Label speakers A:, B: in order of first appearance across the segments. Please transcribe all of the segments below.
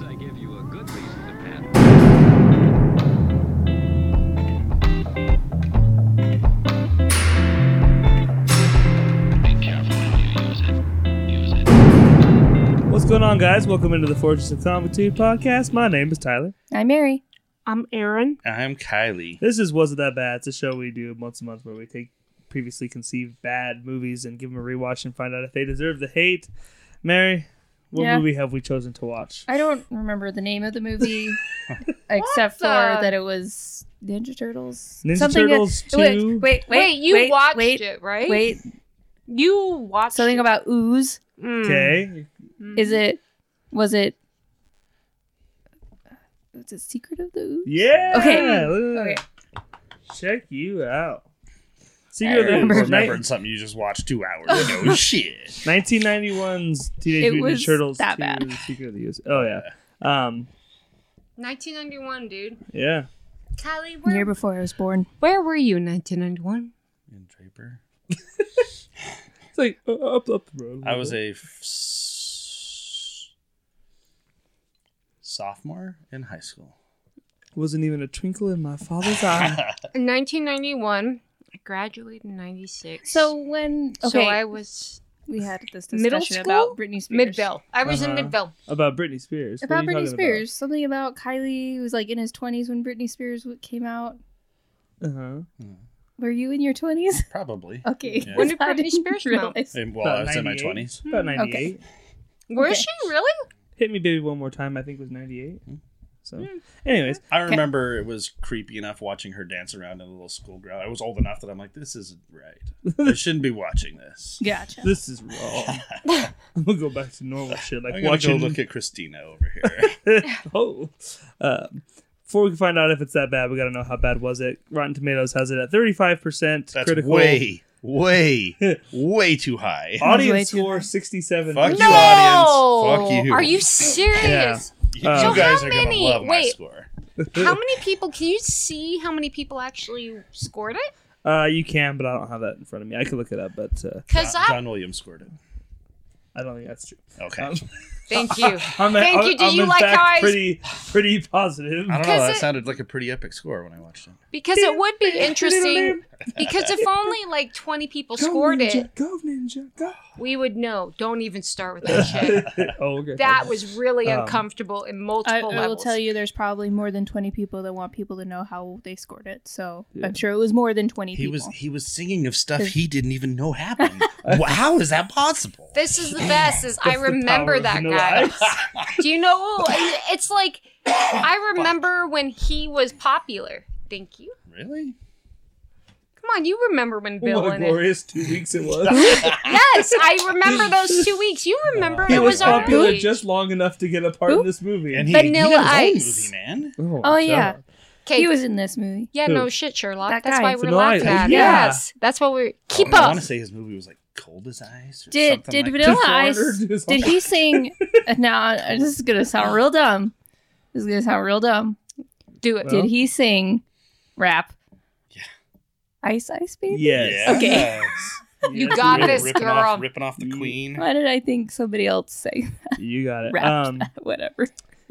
A: I give you a good reason to panic.
B: What's going on, guys? Welcome into the Fortress of Combitude podcast. My name is Tyler.
C: I'm Mary.
D: I'm Aaron.
E: I'm Kylie.
B: This is Wasn't That Bad. It's a show we do once a month where we take previously conceived bad movies and give them a rewatch and find out if they deserve the hate. Mary, what
C: Yeah.
B: movie have we chosen to watch?
C: I don't remember the name of the movie except for
D: What the-
C: that it was Ninja Turtles.
B: Ninja
C: that-
B: Turtles
C: wait, Hmm.
B: 2?
C: Wait, wait,
D: Wait, you
C: wait,
D: watched
C: wait,
D: it, right?
C: Wait,
D: you watched
C: something
D: it.
C: about ooze.
D: Mm.
B: Okay.
D: Mm.
C: Is it? Was it? Was it Secret of the Ooze?
B: Yeah.
C: Okay.
B: look
C: Okay.
B: at that. Check you out.
C: I
B: Secret of
C: remember.
B: the
E: Remembering
B: Ooze, ni-
E: something you just watched two hours ago. Shit.
B: 1991's Teenage
C: It
B: Mutant
C: was
B: Ninja Turtles
C: that
B: 2,
C: bad.
B: Secret of the Ooze. Oh yeah. Um.
D: 1991, dude.
B: Yeah.
D: Kylie,
C: The
D: where,
C: year before I was born.
D: where were you in 1991?
E: And Draper.
B: It's like uh, up up the road.
E: I was a f- s- sophomore in high school.
B: wasn't even a twinkle in my father's eye.
D: In 1991, I graduated in 96.
C: So when okay,
D: so I was
C: we had this discussion
D: Middle
C: about
D: school?
C: Britney Spears.
D: Midville. I was
B: Uh-huh.
D: in Midville.
B: about Britney Spears. What are
C: About
B: you talking
C: Britney Spears, something about Kylie who was like in his twenties when Britney Spears w- came out.
B: Uh huh.
C: Were you in your twenties?
E: Probably.
C: Okay.
E: Yeah.
D: When did
C: I
D: Britney
C: didn't
D: Spears come out?
C: realize.
E: And, well, I was in my 20s.
B: About
D: Hmm.
B: 98.
C: Okay.
D: Where is
C: Okay.
D: she really?
B: Hit Me Baby One More Time, I think was 98.
E: Hmm.
B: So, anyways,
E: I remember it was creepy enough watching her dance around in a little schoolgirl. I was old enough that I'm like, this isn't right. I shouldn't be watching this.
C: Gotcha.
B: this is wrong. I'm going to go back to normal shit. Like,
E: I'm gonna
B: watching.
E: go look at Christina over here.
B: oh. Um, before we can find out if it's that bad, we got to know how bad was it. Rotten Tomatoes has it at 35%
E: That's
B: critical. Uh,
E: way, way, way too high.
B: Audience
C: That's way too
B: score
C: high.
B: 67.
E: Fuck you,
D: no!
E: audience. Fuck you.
D: Are you serious?
E: You
B: Uh, So
E: guys
D: how
E: are gonna
D: many-
E: love my
D: wait.
E: score.
D: How many people? Can you see how many people actually scored it?
B: Uh, you can, but I don't have that in front of me. I could look it up, but uh,
D: Because
E: John,
D: I.
E: John Williams scored it.
B: I don't think that's true.
E: Okay.
B: Um,
D: Thank you.
B: I'm,
D: Thank you. Do
B: I'm
D: you
B: in
D: like
B: fact
D: how I-
B: pretty, pretty positive.
E: I don't know.
D: 'cause
E: That
D: it-
E: sounded like a pretty epic score when I watched it.
D: Because it would be interesting. Because if only like 20 people scored it,
B: Go ninja, go.
D: we would know. Don't even start with that shit.
B: oh, okay.
D: That was really
B: Um,
D: uncomfortable in
C: I,
D: multiple
C: I will
D: levels.
C: tell you, there's probably more than 20 people that want people to know how they scored it. So
B: Yeah.
C: I'm sure it was more than 20
E: He
C: people.
E: was he was singing of stuff
C: Cause-
E: he didn't even know happened. Wha- How is that possible?
D: This is the best. Is
B: That's
D: I
B: the power
D: remember
B: of
D: that
B: vanilla
D: guy.
B: ice.
D: Do you know? It's like I remember when he was popular. Thank you.
E: Really?
D: Come on, you remember when Bill
B: what a
D: and it.
B: glorious two weeks it was.
D: Yes, I remember those two weeks. You remember
B: he
D: it
B: was
D: was our
B: popular
D: age.
B: just long enough to get a part
C: Who?
B: in this movie.
E: And he,
D: Vanilla
E: he did his own
D: Ice.
E: movie, man.
B: oh,
C: Oh, yeah.
D: Okay.
C: He was in this movie.
D: yeah,
B: Who?
D: no shit, Sherlock.
C: That
D: That's
C: guy.
D: why we're
B: Vanilla
D: laughing
B: Ice.
D: at.
B: Yeah.
D: Yes, that's what we're keep
E: Oh, I
D: up.
E: want to say his movie was like cold as ice. Or
C: Did
E: something
C: did
E: like
C: Vanilla
B: that.
C: Ice?
B: Disordered is
C: Did he sing? now uh, this is gonna sound real dumb. This is gonna sound real dumb.
D: Do it.
B: Well.
C: Did he sing rap?
E: Yeah.
C: Ice Ice Baby.
B: Yes.
E: Yeah.
C: Okay.
E: Yes.
D: You got
E: Rip-
D: this,
E: ripping
D: girl.
E: Off, ripping off the queen.
C: Why did I think somebody else sang
B: You got it.
C: Rap.
B: Um,
C: whatever?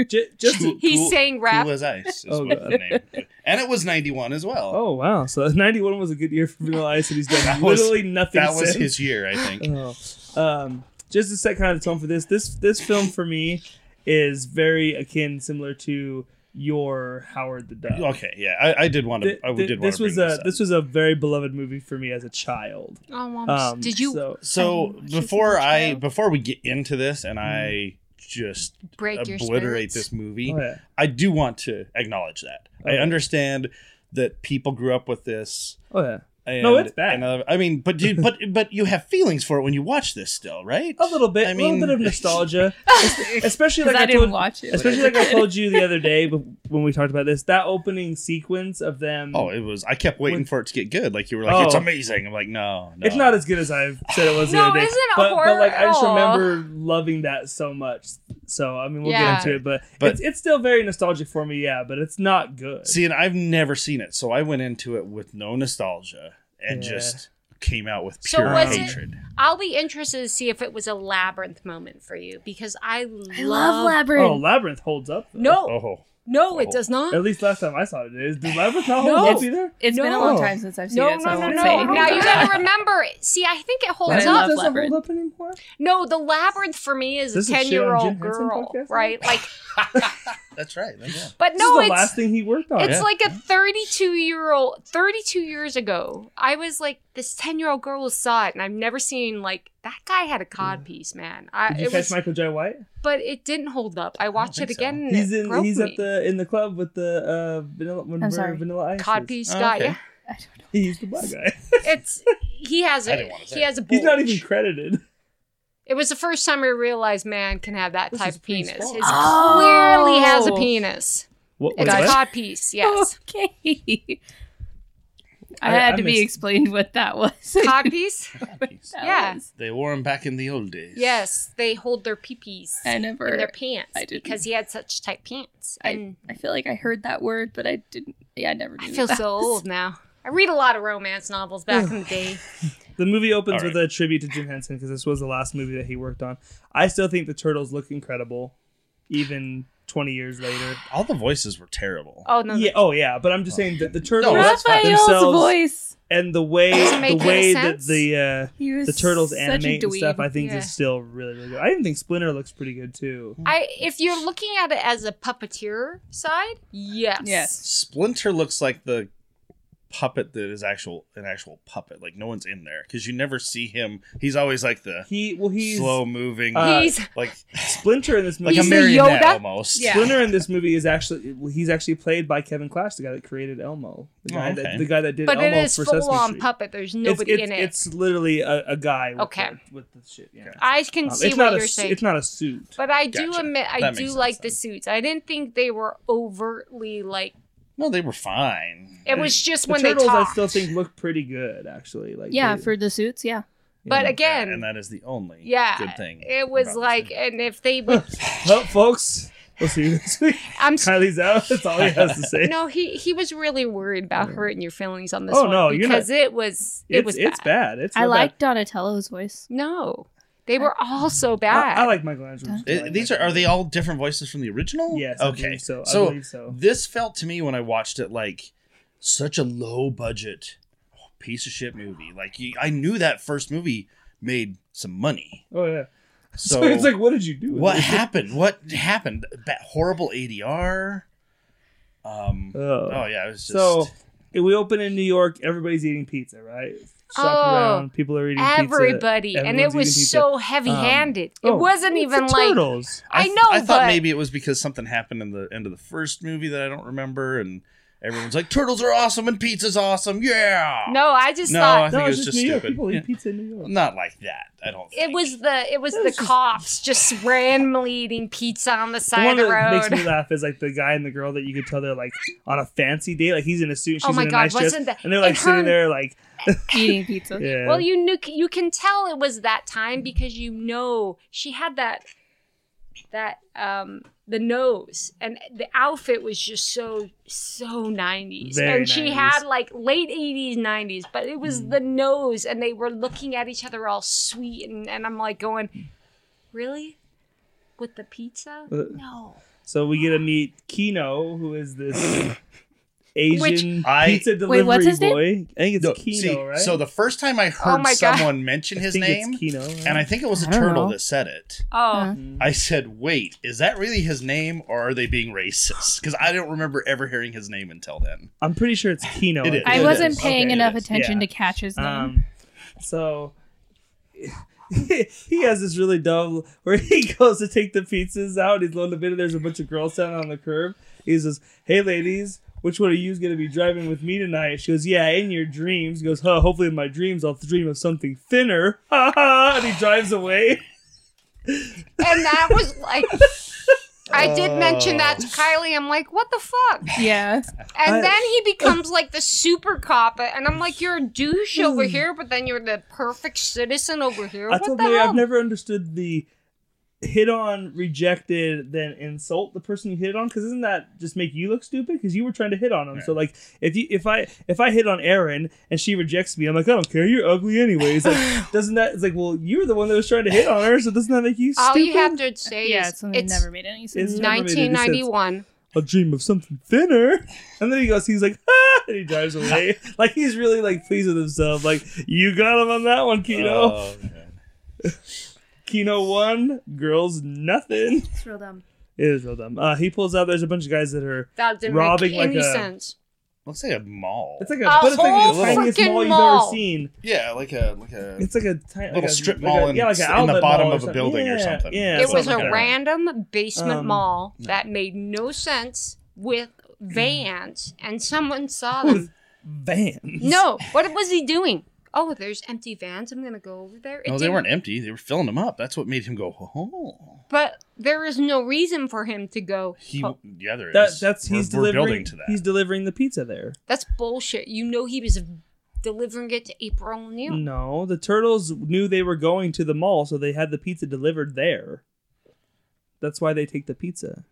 B: j- just
E: Cool-
D: He
E: cool-
D: sang rap.
E: Cool as ice. Is
B: Oh,
E: what
B: God.
E: the name. And it was ninety one as well.
B: oh wow, so '91 was a good year for Vanilla Ice, and he's done
E: That was-
B: literally nothing.
E: that was
B: since.
E: his year, I think.
B: Oh. Um, just to set kind of the tone for this, this this film for me is very akin, similar to your Howard the Duck.
E: Okay, yeah, I, I did want to.
B: Th-
E: Oh, I
B: th-
E: did want
B: this
E: to.
B: was uh,
E: bring
B: a
E: up.
B: this was a very beloved movie for me as a child.
D: Oh, I'm s-
B: Um,
D: did you
B: So,
E: So
C: Um, she's
E: before
C: a
E: I
C: child.
E: before we get into this and I just
D: break your
E: obliterate
D: spirits?
E: this movie,
B: oh, yeah.
E: I do want to acknowledge that. I
B: Okay.
E: understand that people grew up with this.
B: oh yeah,
E: And,
B: No, it's bad.
E: and, uh, I mean, but you, but but you have feelings for it when you watch this, still, right?
B: a little bit,
E: I
B: a little
E: mean-
B: bit of nostalgia, Es- especially
C: 'Cause
B: like I,
C: I didn't
B: told,
C: watch it.
B: especially like I told you the other day bef- when we talked about this. That opening sequence of them,
E: Oh, it was. I kept waiting for it to get good. Like you were like,
B: Oh.
E: "It's amazing." I'm like, "No, no."
B: it's not as good as I said it was the
D: No,
B: other day.
D: isn't it
B: but, but like I just
D: horrible?
B: remember loving that so much. So I mean, we'll
D: Yeah.
B: get into it, but,
E: But-
B: it's, it's still very nostalgic for me. Yeah, but it's not good.
E: See, and I've never seen it, so I went into it with no nostalgia and
B: Yeah.
E: just came out with
D: So
E: pure
B: was it-
E: hatred.
D: I'll be interested to see if it was a labyrinth moment for you because I,
C: I love Labyrinth.
B: Oh, Labyrinth holds up. though.
D: No,
E: Oh,
D: no, it does not.
B: At least last time I saw it, it is. Did Labyrinth not
D: No.
B: hold up either?
C: It's been a
D: No.
C: long time since I've seen
D: No,
C: it, so I
D: no, no,
C: won't
D: no.
C: say.
D: Now you gotta remember. See, I think it holds
C: Labyrinth
D: up.
C: doesn't hold
B: hold up anymore?
D: No, the labyrinth for me is
B: This is
D: a
B: shit on
D: ten year
B: Jim
D: old
B: Henson
D: girl,
B: podcast?
D: right? Like,
E: that's right. that's
D: but
B: this is
D: no,
B: the
D: it's
B: last thing he worked on.
D: it's
E: yeah.
D: like a thirty two year old. Thirty two years ago, I was like, this ten year old girl saw it, and I've never seen like that guy had a codpiece, man. I,
B: Did you
D: it
B: catch
D: was,
B: Michael J. White?
D: but it didn't hold up. I watched
E: think
D: it
E: so.
D: again. And
B: He's
D: it
B: in.
D: broke
B: He's
D: me.
B: at the in the club with the uh, vanilla. When
C: I'm
B: we're
C: sorry.
B: Vanilla Ice. is.
D: codpiece
E: Oh,
D: guy.
E: okay.
D: Yeah,
C: I don't know.
B: He's the black guy.
D: it's he has
E: I
D: a
E: didn't wanna say
D: he
E: it.
D: has a. Bulge.
B: he's not even credited.
D: It was the first time I realized man can have that
B: This
D: type
B: is
D: of
B: pretty
D: penis.
B: small.
D: It
C: Oh.
D: clearly has a penis.
B: What,
D: It's a codpiece. Yes.
C: Okay. I
B: I-
C: had
B: I
C: to be
B: missed-
C: explained what that was.
D: Codpiece?
E: right.
C: That
D: Yeah.
C: was-
E: they wore him back in the old days.
D: yes, they hold their peepees
C: I
D: in
C: never.
D: their pants
C: I didn't.
D: because he had such tight pants.
C: I,
D: And
C: I feel like I heard that word, but I didn't. Yeah, I never.
D: I,
C: Knew
D: feel
C: that
D: so
C: was-
D: old now. I read a lot of romance novels back in the day.
B: The movie opens
E: All right.
B: with a tribute to Jim Henson because this was the last movie that he worked on. I still think the turtles look incredible, even twenty years later.
E: All the voices were terrible.
D: Oh no,
B: Yeah, oh yeah, but I'm just saying that the turtles
E: No, that's fine.
C: Raphael's
B: themselves
C: voice.
B: and the way
D: Doesn't make
B: the
D: any
B: way that
D: sense.
B: the
C: He
B: uh,
C: was
B: the turtles
C: such a
B: animate and stuff,
C: dweeb.
B: I think
D: Yeah.
B: is still really really good. I even think Splinter looks pretty good too.
D: I if you're looking at it as a puppeteer side, yes.
C: Yes.
E: Splinter looks like the puppet that is actual an actual puppet. Like no one's in there because you never see him. He's always like the
B: He well he's
E: slow moving,
B: Uh,
D: He's
E: like
B: Splinter in this
E: like
B: movie.
E: a
D: he's the
E: marionette
D: Yoda?
E: almost.
C: Yeah.
B: Splinter in this movie is actually he's actually played by Kevin Clash, the guy that created Elmo, the
E: Oh,
B: guy,
E: okay.
B: that, the guy that did
D: but it
B: Elmo
D: is
B: for
D: full
B: Sesame
D: on
B: Street.
D: puppet. There's nobody
B: it's, it's,
D: in it.
B: It's literally a, a guy. With
D: Okay.
B: The, with the shit. Yeah.
D: I can
B: Um,
D: see
B: it's
D: what
B: not
D: you're
B: a. su-
D: saying.
B: It's not a suit.
D: but I do
E: Gotcha.
D: admit I
E: That
D: do
E: makes
D: like
E: sense
D: the
E: then.
D: suits. I didn't think they were overtly like
E: No, they were fine.
D: it was just
B: the
D: when
B: turtles,
D: they
B: I
D: talked.
B: still think look pretty good actually. Like
C: Yeah,
B: they-
C: for the suits. Yeah.
D: but
B: yeah.
D: again,
E: and that is the only
D: Yeah,
E: good thing.
D: It was
E: about this
D: like,
E: movie.
D: and if they would,
B: well, Oh, folks, we'll see you next week.
D: I'm s-
B: Kylie's out. That's all he has to say.
D: no, he he was really worried about hurting your feelings on this
B: Oh,
D: one
B: no, you're
D: because it was it
B: it's,
D: was
B: it's
D: bad.
B: bad. It's
C: I
B: real
C: like Donatello's voice.
D: No, they were all so
B: bad.
D: bad.
B: I, I like Michelangelo.
C: It-
B: I
E: It-
B: like
E: these are are they all different voices from the original?
B: Michelangelo. Yes. I
E: Okay.
B: believe so I
E: so
B: believe so.
E: this felt to me when I watched it like such a low budget piece of shit movie. Like you, I knew that first movie made some money.
B: Oh yeah.
E: So,
B: So, it's like, what did you do? with
E: what
B: it?
E: happened? What happened? That horrible ADR. Um.
B: Oh.
E: oh yeah, it was just.
B: So if we open in New York. Everybody's eating pizza, right? Shop
D: Oh,
B: around. People are eating pizza.
D: Everybody, and it
B: Everyone's
D: was
B: eating pizza. Um,
D: so heavy-handed.
B: Oh,
D: it wasn't
B: it's
D: even
B: the
D: like
B: turtles.
D: I
E: th-
D: know,
E: I thought
D: but-
E: maybe it was because something happened in the end of the first movie that I don't remember, and everyone's like, "Turtles are awesome and pizza's awesome, yeah."
D: no. I just
E: No, I
D: thought
E: think
B: no,
E: it
B: it's
E: was
B: just,
E: just
B: New York.
E: stupid.
B: People
E: Yeah.
B: eat pizza in New York.
E: not like that. I don't.
D: it
E: think.
D: was the it was
B: It
D: the
B: was just-
D: cops just randomly eating pizza on the
B: The
D: side
B: one
D: of the
B: that makes me
D: road.
B: laugh is like the guy and the girl that you could tell they're like on a fancy date. Like he's in a suit,
D: Oh
B: she's
D: my
B: in a
D: God,
B: nice dress,
D: wasn't that-
B: and they're like
D: and
B: sitting
D: her-
B: there like,
C: Eating pizza.
B: yeah.
D: Well, you knew you can tell it was that time because you know she had that that um the nose and the outfit was just so so 90s
B: Very Mm.
D: and she
B: 90s.
D: had like late 80s 90s but it was the nose and they were looking at each other all sweet and, and i'm like going really with the pizza
B: Uh,
D: no
B: so we get to meet Kino, who is this Asian
D: Which-
E: I-
B: pizza delivery
C: Wait, what's his name?
B: boy. I think it's
E: No,
B: Kino,
E: see,
B: right?
E: So the first time I
D: Oh
E: heard
D: my God.
E: someone mention
B: I
E: his
B: think
E: name,
B: it's Kino, right?
E: and I think it was a
C: I don't
E: turtle
C: know.
E: that said it.
D: oh
E: I said, "Wait, is that really his name, or are they being racist?" Because I don't remember ever hearing his name until then.
B: I'm pretty sure it's Kino.
E: It is.
C: I
E: It
C: wasn't
E: is.
C: paying
E: Okay,
C: enough
E: it is.
C: attention
B: Yeah.
C: to catch his name.
B: Um, so he has this really dumb where he goes to take the pizzas out. He's loading them in, and there's a bunch of girls standing on the curb. He says, "Hey, ladies." Which one of you is going to be driving with me tonight? She goes, Yeah, in your dreams. He goes, Huh, hopefully in my dreams I'll dream of something thinner. Ha ha. And he drives away.
D: and that was like I did mention that to Kylie. I'm like, what the fuck?
C: yeah.
D: And
B: Oh. I-
D: then he becomes like the super cop, and I'm like, you're a douche over
B: Hmm.
D: here, but then you're the perfect citizen over here.
B: I
D: what
B: told
D: the
B: Mary
D: hell?
B: I've never understood the hit on rejected than insult the person you hit on because doesn't that just make you look stupid because you were trying to hit on them so like if you if i if i hit on Erin and she rejects me i'm like i don't care you're ugly anyways like, doesn't that it's like well you were the one that was trying to hit on her so doesn't that make you stupid
D: All you have to say
C: yeah,
D: is
C: it's something that never made any sense.
B: it's never made any sense.
D: 1991.
B: I'll dream of something thinner. And then he goes, he's like, ah, and he drives away. like he's really like pleased with himself. Like, you got him on that one, Kino.
E: Oh, man.
B: Kino won, girls nothing.
C: It's real dumb.
B: It is real dumb. Uh, he pulls out, there's a bunch of guys that are
D: That didn't
B: Robbing
D: make any
B: like a-
D: sense.
E: looks like a mall.
B: it's like a,
D: A
B: but it's like the
E: whole
B: tiniest
D: freaking
B: mall you've
D: mall.
B: ever seen.
E: yeah, like a like a.
B: It's like a tiny
E: Little
B: like a,
E: strip
B: like
E: mall
B: a,
E: in-
B: yeah, like an
E: in the
B: outlet
E: bottom
B: mall or
E: of a
B: something.
E: building or
B: Yeah,
E: something.
B: Yeah,
E: It
D: It
E: That's
B: something
D: was
E: what
D: a
E: I'm
B: like
E: thinking.
D: random basement
B: Um,
D: mall that made no sense with vans, and someone saw them.
B: Van.
D: no, what was he doing? Oh, there's empty vans. I'm gonna go over there. It
E: no, they
D: didn't-
E: weren't empty. They were filling them up. That's what made him go. Oh,
D: But there is no reason for him to go.
E: he.
D: "Oh,
E: Yeah, there is.
B: That, that's he's
E: we're, we're
B: delivering.
E: building to that.
B: He's delivering the pizza there.
D: that's bullshit. You know he was delivering it to April O'Neil.
B: No, the turtles knew they were going to the mall, so they had the pizza delivered there. That's why they take the pizza.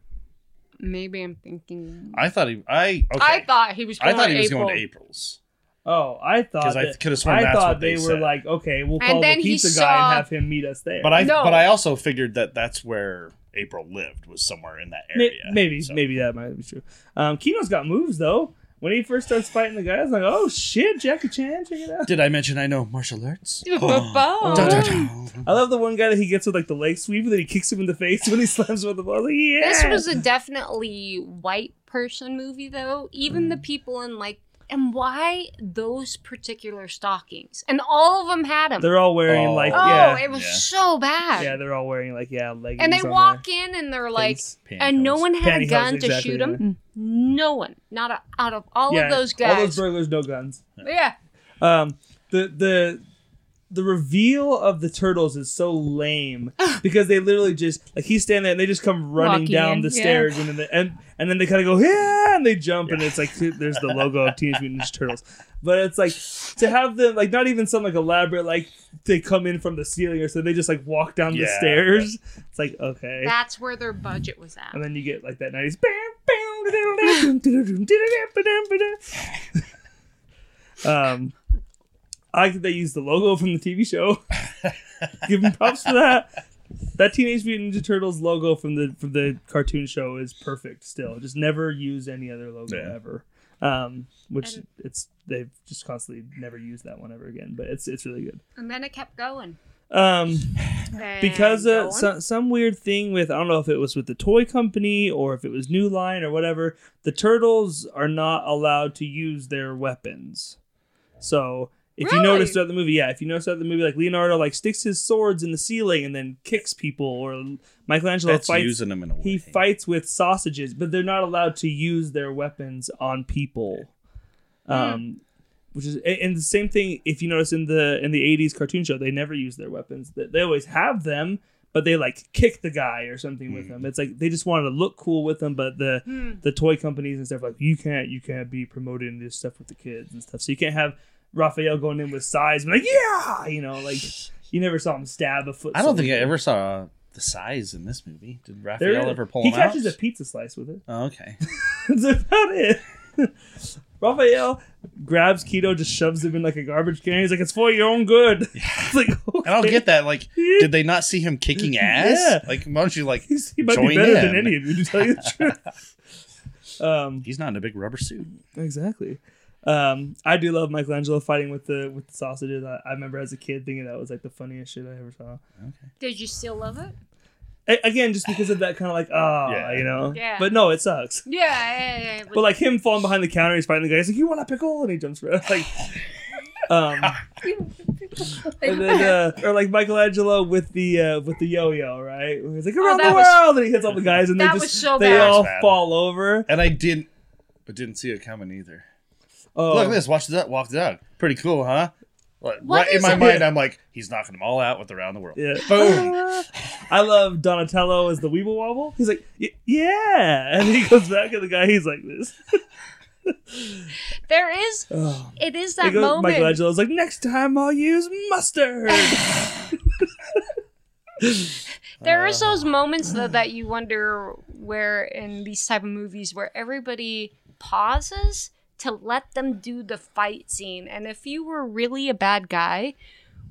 D: Maybe I'm thinking.
E: I thought he. I. Okay.
D: I thought he was.
E: I
D: Going
E: thought he was
D: April.
E: going to April's.
B: Oh, I thought
E: 'Cause I
B: that-
E: could've sworn
B: I
E: that's
B: thought
E: what
B: they,
E: they
B: were
E: said.
B: like, okay, we'll
D: And
B: call the
D: then he
B: pizza guy
D: saw-
B: and have him meet us there.
E: But I.
D: No.
E: But I also figured that that's where April lived was somewhere in that
B: Ma-
E: area.
B: maybe
E: so.
B: maybe that might be true. Um, Kino's got moves though. When he first starts fighting the guy, I was like, oh shit, Jackie Chan, check it out.
E: Did I mention I know martial arts?
B: Dun, dun,
E: Dun-dun-dun.
B: I love the one guy that he gets with like the leg sweep and then he kicks him in the face when he slams him with the ball. I was like, yeah.
D: This was a definitely white person movie, though. Even the people in like, and why those particular stockings? And all of them had them.
B: They're all wearing
E: Oh.
B: like
D: oh,
B: yeah,
D: it was
E: Yeah.
D: so bad.
B: yeah, they're all wearing like yeah leggings.
D: and they
B: on
D: walk in and they're
B: their
D: like,
B: things.
D: and no
E: Pantyhose.
D: one had a
B: Pantyhose,
D: gun to
B: exactly,
D: shoot
B: yeah.
D: them. No one, not a, out of all
B: Yeah,
D: of those
B: all
D: guys.
B: those burglars, no guns.
D: yeah,
B: Um, the the the reveal of the turtles is so lame because they literally just like he's standing there and they just come running
C: Walking
B: down
C: in,
B: the
C: yeah.
B: stairs and then they, and and then they kind of go yeah and they jump and it's like there's the logo of Teenage Mutant Ninja Turtles, but it's like to have them like not even some like elaborate like they come in from the ceiling or so they just like walk down the
E: Yeah.
B: stairs. It's like okay.
D: that's where their budget was at.
B: and then you get like that 90s. bam, bam, da-da-da, dum, da-da-da, ba-dum, ba-dum. um, I like that they used the logo from the TV show. Give them props for that. That Teenage Mutant Ninja Turtles logo from the from the cartoon show is perfect. Still, just never use any other logo
E: Yeah.
B: ever. Um, which
D: And-
B: it's they've just constantly never used that one ever again. But it's it's really good.
D: And then it kept going.
B: Um,
D: And
B: because uh,
D: going.
B: some, some weird thing with I don't know if it was with the toy company or if it was New Line or whatever, the turtles are not allowed to use their weapons. So if you
D: Really?
B: notice throughout the movie, yeah, if you notice throughout the movie, like Leonardo like sticks his swords in the ceiling and then kicks people, or Michelangelo
E: That's
B: fights.
E: using him in a way.
B: he fights with sausages, but they're not allowed to use their weapons on people. Um, which is a- and the same thing if you notice in the in the 80s cartoon show they never use their weapons They- they always have them but they like kick the guy or something with
E: Hmm.
B: them it's like they just wanted to look cool with them but the
D: Hmm.
B: the toy companies and stuff like you can't you can't be promoting this stuff with the kids and stuff so you can't have Raphael going in with size and be like yeah you know like you never saw him stab a foot
E: I don't think I
B: soldier.
E: ever saw the size in this movie. Did
B: There
E: Raphael
B: is-
E: ever pull
B: he
E: him
B: catches
E: out?
B: a pizza slice with it
E: oh, okay.
B: That's about it. Raphael grabs Keto, just shoves him in like a garbage can. He's like, "It's for your own good." It's like,
E: And I'll
B: okay.
E: get that. Like,
B: Yeah.
E: did they not see him kicking ass?
B: Yeah.
E: Like, why don't you like?
B: He's, he might be
E: Join
B: better than
E: in.
B: any of you, to tell you the truth. um,
E: He's not in a big rubber suit.
B: exactly. Um, I do love Michelangelo fighting with the with the sausages. I, I remember as a kid thinking that was like the funniest shit I ever saw.
D: Did you still love it?
B: A- again, just because of that kind of like, ah,
E: Yeah.
B: you know.
D: Yeah.
B: But no, it sucks.
D: Yeah, yeah, yeah, it was-
B: But like him falling behind the counter, he's fighting the guy. He's like, "You want a pickle?" And he jumps around like. Um, and then, uh, or like Michelangelo with the uh, with the yo-yo, right? Where he's like around the
D: Oh, that was-
B: world, and he hits all the guys, and they
D: That
B: just
D: was so
B: they
D: bad.
B: all
E: That was bad.
B: fall over.
E: And I didn't. I didn't see it coming either.
B: Oh,
E: Look at this. Watch the duck. Walk the dog. Pretty cool, huh? Like,
D: What
E: right in
D: is
E: my
D: it?
E: mind, I'm like, he's knocking them all out with around the world.
B: Yeah.
E: Boom.
B: I love Donatello as the Weeble Wobble. He's like, "Y- yeah, and he goes back at the guy. He's like this.
D: there is,
B: Oh.
D: it is
B: He
D: that
B: goes-
D: moment.
B: Michelangelo's like, next time I'll use mustard.
D: There is those moments though that you wonder where in these type of movies where everybody pauses to let them do the fight scene. And if you were really a bad guy,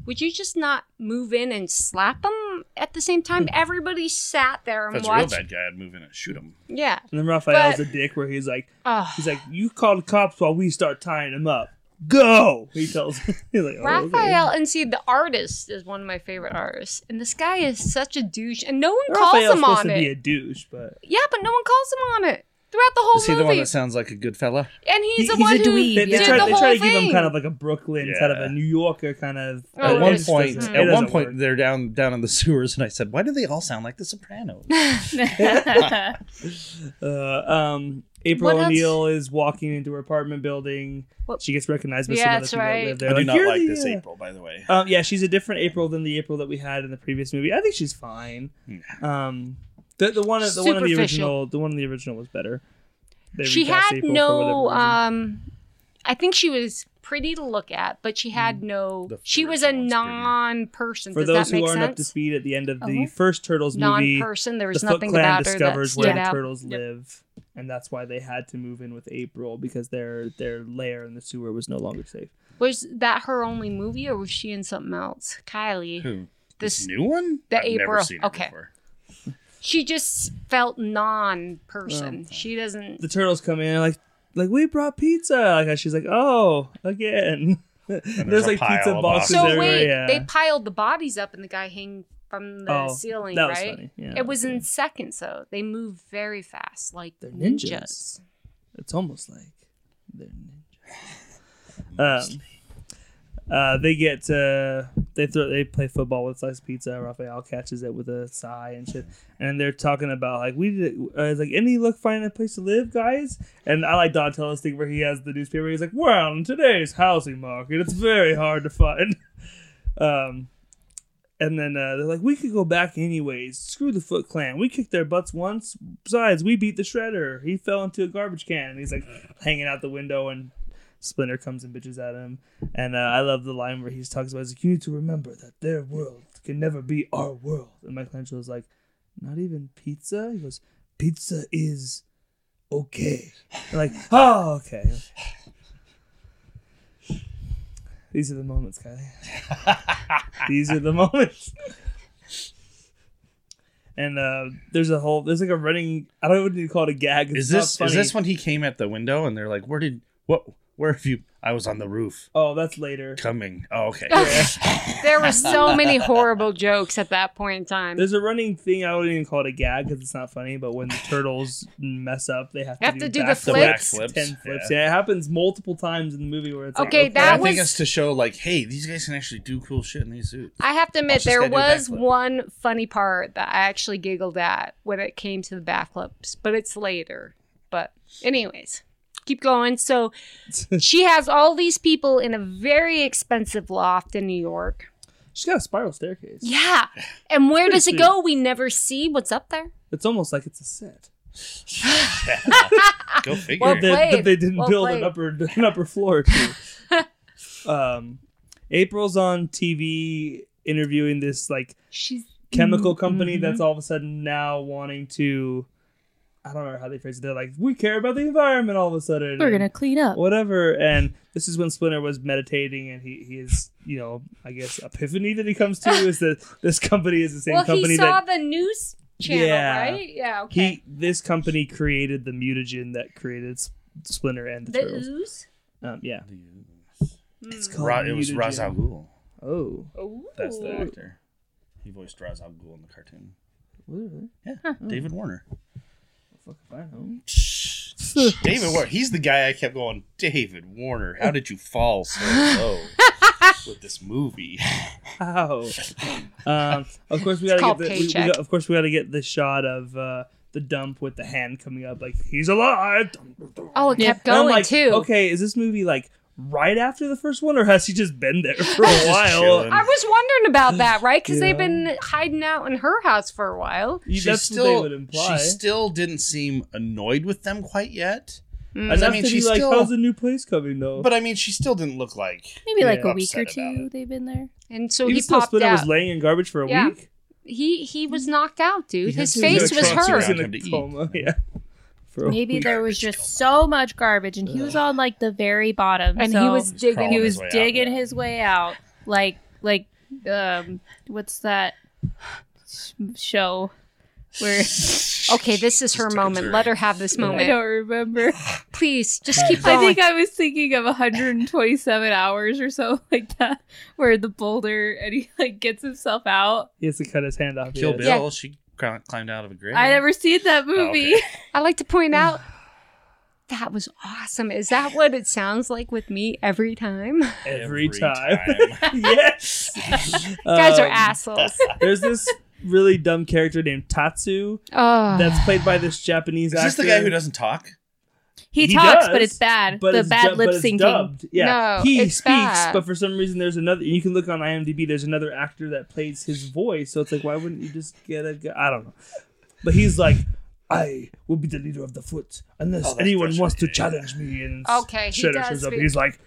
D: would you just not move in and slap them at the same time? Everybody sat there and
E: If that's a real
D: watched.
E: bad guy, I'd move in and shoot him.
D: Yeah.
B: And then Raphael's
D: But-
B: a dick where he's like,
D: Oh,
B: he's like, you call the cops while we start tying him up. Go, he tells. he's like, oh, okay.
D: Raphael and see the artist is one of my favorite artists, and this guy is such a douche, and no one
B: Raphael's
D: calls him
B: supposed
D: on
B: to
D: it.
B: be a douche, but
D: yeah, but no one calls him on it throughout the whole
E: Is he
D: movie.
E: the one that sounds like a good fella?
D: and he's,
C: He-
D: the
C: he's
D: one
C: a
D: who
B: they,
C: dweeb,
D: did
B: they
C: yeah.
D: the
B: try, they
D: whole
B: try to
D: thing.
B: give him kind of like a Brooklyn, kind of
E: Yeah.
B: a New Yorker kind of.
D: Oh,
E: at
D: it
E: one
D: just
E: point,
B: doesn't-
E: at
B: it
E: one
B: doesn't
E: point,
B: work.
E: they're down down in the sewers, and I said, "Why do they all sound like The Sopranos?"
B: Uh, um, April
D: What else?
B: O'Neil is walking into her apartment building.
D: What-
B: She gets recognized by
D: Yeah,
B: some other
D: that's
B: people
D: right.
B: that live there.
E: I do not
B: "You're
E: like
B: the,
E: this
B: uh,"
E: April, by the way.
B: Um, yeah, she's a different April than the April that we had in the previous movie. I think she's fine.
E: Yeah.
B: Um, the the one the one in the
D: Superficial.
B: original the one in the original was better. They
D: she
B: recast
D: had
B: April for whatever
D: no
B: reason.
D: um i think she was pretty to look at but she had
B: Mm,
D: no
E: The
D: she was
E: original
D: a
E: one's pretty.
D: non-person
B: for
D: does that
B: those
D: make
B: who aren't
D: sense
B: up to speed at the end of the
C: Uh-huh.
B: first Turtles movie,
D: non-person there
B: the
D: was
B: Foot
D: nothing
B: Clan
D: about her that
B: discovers where
D: stood
B: the
D: out
B: turtles
C: Yep.
B: live, and that's why they had to move in with April because their their lair in the sewer was no longer safe.
D: was that her only movie or was she in something else kylie
E: Who? This,
D: this
E: new one?
D: the
E: I've never
D: April-
E: seen her
D: okay.
E: before.
D: she just felt non-person she doesn't
B: The turtles come in like like we brought pizza. Like and she's like oh again. There's,
E: there's a
B: like
E: pile
B: pizza
E: of
B: boxes
E: boxes.
D: so
B: everywhere.
D: wait
B: yeah.
D: they piled the bodies up and the guy hanged from the
B: Oh,
D: ceiling
B: that was
D: right
B: funny. Yeah, that
D: it was
B: funny.
D: in seconds though they move very fast like
B: They're ninjas.
D: ninjas.
B: It's almost like they're ninja. Um, uh, they get uh, they throw they play football with sliced pizza. Raphael catches it with a sigh and shit. And they're talking about like we did uh, it's like any luck finding a place to live, guys. And I like Donatello's thing where he has the newspaper. He's like, well, in today's housing market, it's very hard to find. Um, and then uh, they're like, we could go back anyways. Screw the Foot Clan. We kicked their butts once. Besides, we beat the Shredder. He fell into a garbage can, and he's like hanging out the window, and Splinter comes and bitches at him. And uh, I love the line where he talks about, he's like, you need to remember that their world can never be our world. And Michelangelo's like, not even pizza. He goes, pizza is okay. And like, oh, okay. These are the moments, Kylie. These are the moments. And uh, there's a whole, there's like a running. I don't know what you call it a gag. It's
E: Is
B: not
E: this
B: funny.
E: is this when he came at the window and they're like, "Where did what? Where have you?" I was on the roof
B: Oh, that's later.
E: coming. Oh, okay.
D: There were so many horrible jokes at that point in time.
B: There's a running thing. I wouldn't even call it a gag because it's not funny. But when the turtles mess up, they have to
D: Have
B: do,
D: to do the
B: back
D: flips?
E: The back flips,
B: ten flips. Yeah. it happens multiple times in the movie where it's like,
D: Okay,
E: And I
D: that
E: think
D: was-
E: it's to show like, hey, these guys can actually do cool shit in these suits.
D: I have to admit,
E: Watch this
D: there
E: guy do a
D: was
E: backflip.
D: one funny part that I actually giggled at when it came to the backflips, but it's later. But, anyways, keep going. So she has all these people in a very expensive loft in New York.
B: she's got a spiral staircase.
D: Yeah. And where does it
B: Pretty
D: go? We never see what's up there.
B: It's almost like it's a set.
E: Go figure.
D: Well,
B: that, that
D: played.
B: they didn't
D: Well
B: build an
D: played.
B: upper an upper floor to. um, April's on TV interviewing this like
D: She's Mm-hmm.
B: chemical company that's all of a sudden now wanting to. I don't know how they phrase it. They're like, we care about the environment all of a sudden.
C: We're
B: and-
C: gonna clean
D: Uh,
C: up.
B: whatever. And this is when Splinter was meditating, and he his you know I guess epiphany that he comes to is that this company is the same
D: well,
B: company
D: he saw
B: that
D: the news channel,
B: Yeah.
D: right? Yeah, okay.
B: he this company created the mutagen that created S- Splinter and the,
D: the
B: turtles.
D: ooze?
B: Um, yeah,
D: Hmm.
B: it's called
E: Ra- it was
B: mutagen.
E: Ra's al Ghul.
B: Oh,
D: Ooh.
E: That's the actor. He voiced Ra's al Ghul in the cartoon.
B: Ooh,
E: Yeah, David Warner.
B: fuck if I know.
E: David Warner. He's the guy I kept going. David Warner. How did you fall so low with this movie?
B: How? um, of course we gotta get
D: called
B: the, we- we
D: paycheck.
B: got- of course we gotta get the shot of uh, the dump with the hand coming up like he's alive.
D: Oh, it kept
B: And I'm
D: going
B: like,
D: too.
B: Okay, is this movie like right after the first one, or has he just been there for a while?
E: chilling.
D: I was wondering about that, right? Because
B: Yeah.
D: they've been hiding out in her house for a while.
B: You-
E: She
B: That's
E: still,
B: what they would imply.
E: She still didn't seem annoyed with them quite yet.
B: Hmm. Enough
E: I mean,
B: to be
E: she's
B: like,
E: still-
B: how's the new place coming though?
E: But I mean, she still didn't look like.
C: Maybe like
B: Yeah,
C: a week or
E: upset about
C: two
E: it.
C: they've been there.
D: And so
B: Even
D: he
B: still,
D: popped
B: Splinter
D: out.
B: was laying in garbage for a
D: Yeah.
B: week.
D: He he was knocked out, dude.
E: He
D: His
E: has no
D: face was
E: chance
D: hurt.
E: around.
B: He was in a coma. Yeah. For a
C: Maybe
B: week.
C: there was just so much garbage, and he was on like the very bottom,
D: And
C: so
D: he was digging.
E: crawling.
C: he
E: his
C: was
E: way out,
C: digging
E: yeah.
C: his way out, like like um, what's that sh- show where
D: Okay, this is her
E: Just
D: moment.
E: took
D: Let her have this
C: I
D: moment.
C: don't remember.
D: Please, just keep
C: I
D: going.
C: think I was thinking of 127 hours or so like that, where the boulder and he like gets himself out.
B: He has to cut his hand off.
E: Kill
B: yeah.
E: Bill. She cl- climbed out of a grave.
C: I never seen that movie.
E: Oh, okay.
D: I like to point out that was awesome. Is that what it sounds like with me every time?
B: Every time. yes.
D: Guys are
B: Um,
D: assholes.
B: There's this really dumb character named Tatsu
D: Oh,
B: that's played by this Japanese
E: Is
B: actor.
E: this the guy who doesn't talk?
C: He,
B: He
C: talks,
B: does,
C: but it's bad. the
B: it's
C: bad
B: dub-
C: lip
B: but it's
C: syncing.
B: dubbed. Yeah,
D: No,
B: he
D: it's
B: speaks,
D: bad.
B: but for some reason there's another. You can look on IMDb. There's another actor that plays his voice. So it's like, why wouldn't you just get a? gu- I don't know. But he's like, I will be the leader of the foot unless
E: Oh, that's
B: anyone wants to
E: frustrating, yeah.
B: challenge me. And
D: Okay, he
B: Shredder
D: does
B: shows up.
D: speak-
B: He's like,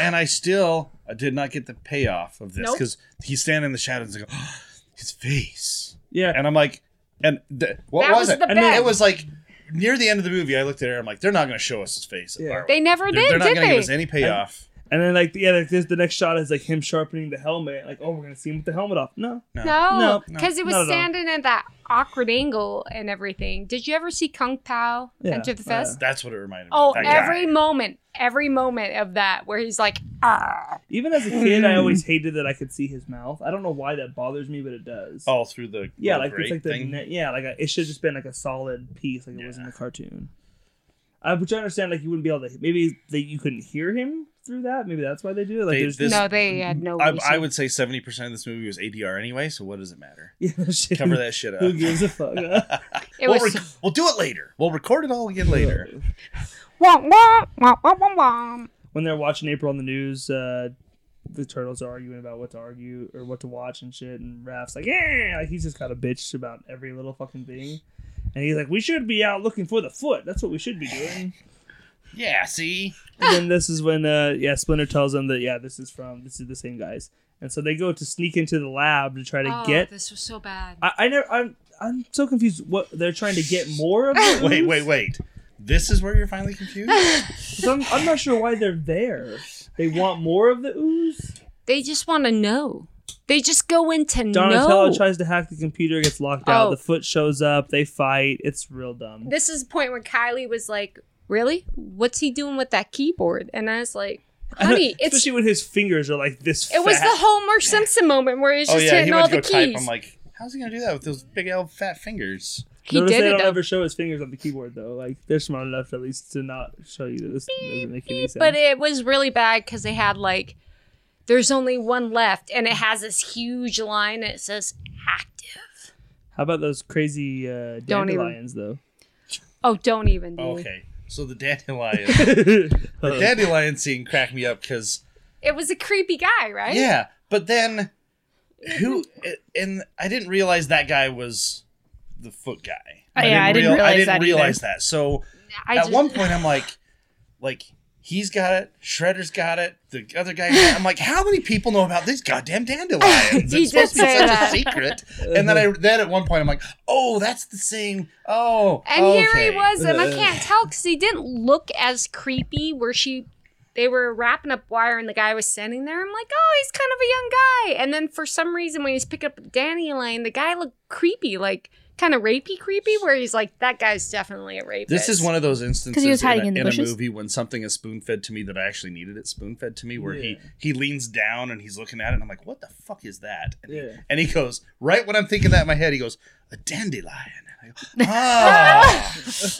E: And I still I did not get the payoff of this
C: Nope.
E: because he's standing in the shadows and go, his face.
B: yeah,
E: And I'm like, and th- what
D: That
E: was,
D: was
E: it?
D: the
E: And
D: best.
E: It was like near the end of the movie. I looked at her. I'm like, they're not going to show us his face. at
B: Yeah.
E: Fireworks.
D: they never
E: they're, they're
D: did,
E: not
D: did
E: gonna
D: they?
E: give us any payoff.
B: and then like yeah, like this, the next shot is like him sharpening the helmet. Like, oh, we're gonna see him with the helmet off. No,
D: No,
B: No,
D: because it
B: not at all.
D: was standing at that awkward angle and everything. Did you ever see Kung Pao
B: Yeah,
D: Enter the
B: yeah.
D: Fist?
E: That's what it reminded me.
D: Oh,
E: of, that guy.
D: every moment, every moment of that where he's like, ah.
B: even as a kid, I always hated that I could see his mouth. I don't know why that bothers me, but it does.
E: all through the
B: Yeah,
E: little
B: like it's
E: grate
B: like the
E: thing.
B: net, yeah, like a, it should have just been like a solid piece, like it was in the cartoon. Uh, which I understand, like you wouldn't be able to. Maybe that you couldn't hear him through that. Maybe that's why they do it. Like
E: They-
B: there's
E: this-
D: no, they had no.
E: I,
D: reason.
E: I would say seventy percent of this movie was ADR anyway. So what does it matter?
B: yeah, shit.
E: Cover that shit up.
B: Who gives a fuck? huh?
D: It
E: we'll,
D: was
E: rec- we'll do it later. We'll record it all again later.
D: womp, womp, womp, womp, womp, womp.
B: when they're watching April on the news, uh, the turtles are arguing about what to argue or what to watch and shit. And Raph's like, yeah, like, he's just got a bitch about every little fucking thing. And he's like, we should be out looking for the foot. That's what we should be doing.
E: Yeah, see,
B: and then this is when uh yeah splinter tells them that yeah this is from this is the same guys and so they go to sneak into the lab to try to
D: Oh,
B: get
D: this was so bad.
B: I, I never i'm i'm so confused what they're trying to get more of it
E: wait, wait, wait. This is where you're finally confused.
B: so I'm, I'm not sure why they're there they want more of the ooze
D: They just want to know. They just go into
B: donatello
D: know.
B: tries to hack the computer gets locked out
D: Oh.
B: the foot shows up they fight it's real dumb
D: this is the point where Kylie was like, "Really? What's he doing with that keyboard?" And I was like, "Honey, it's
B: especially when his fingers are like this
D: it was the
B: fat.
D: Homer Simpson moment where he's
E: oh
D: just
E: yeah, he
D: hitting
E: went
D: all
E: to
D: the
E: go type. I'm
D: keys."
E: like, how's he gonna do that with those big old fat fingers?
D: He
B: Notice
D: did
B: they
D: it
B: don't
D: though.
B: ever show his fingers on the keyboard though. Like they're smart enough at least to not show you that this doesn't make any sense.
D: but it was really bad because they had like there's only one left and it has this huge line that says active
B: How about those crazy uh,
D: Don't even-
B: dandelions, though?
D: oh don't even dude.
E: Okay, so the dandelion, the dandelion scene cracked me up because
D: it was a creepy guy right
E: yeah, but then who? And I didn't realize that guy was the foot guy.
C: Oh, yeah, I didn't
E: real-
C: realize
E: I didn't
C: that either.
E: realize that. So
D: I
E: at
D: just-
E: one point I'm like, like he's got it, Shredder's got it, the other guy. Got it. I'm like, how many people know about these goddamn dandelions?
D: He
E: it's supposed
D: did
E: to be
D: say
E: such
D: that.
E: a secret. And then I then at one point I'm like, oh, that's the same. Oh,
D: and here
E: okay.
D: he was and i can't tell because he didn't look as creepy where she they were wrapping up wire and the guy was standing there i'm like oh he's kind of a young guy and then for some reason when he's picking up Danny Lane, the guy looked creepy like kind of rapey creepy where he's like that guy's definitely a rapist
E: This is one of those instances
C: he was hiding
E: in, a,
C: in the
E: in a
C: bushes?
E: movie when something is spoon fed to me that I actually needed it spoon fed to me, where
B: Yeah.
E: he he leans down and he's looking at it, and I'm like, what the fuck is that? And,
B: Yeah.
E: he, and he goes right when I'm thinking that in my head, he goes a dandelion. And I go, ah.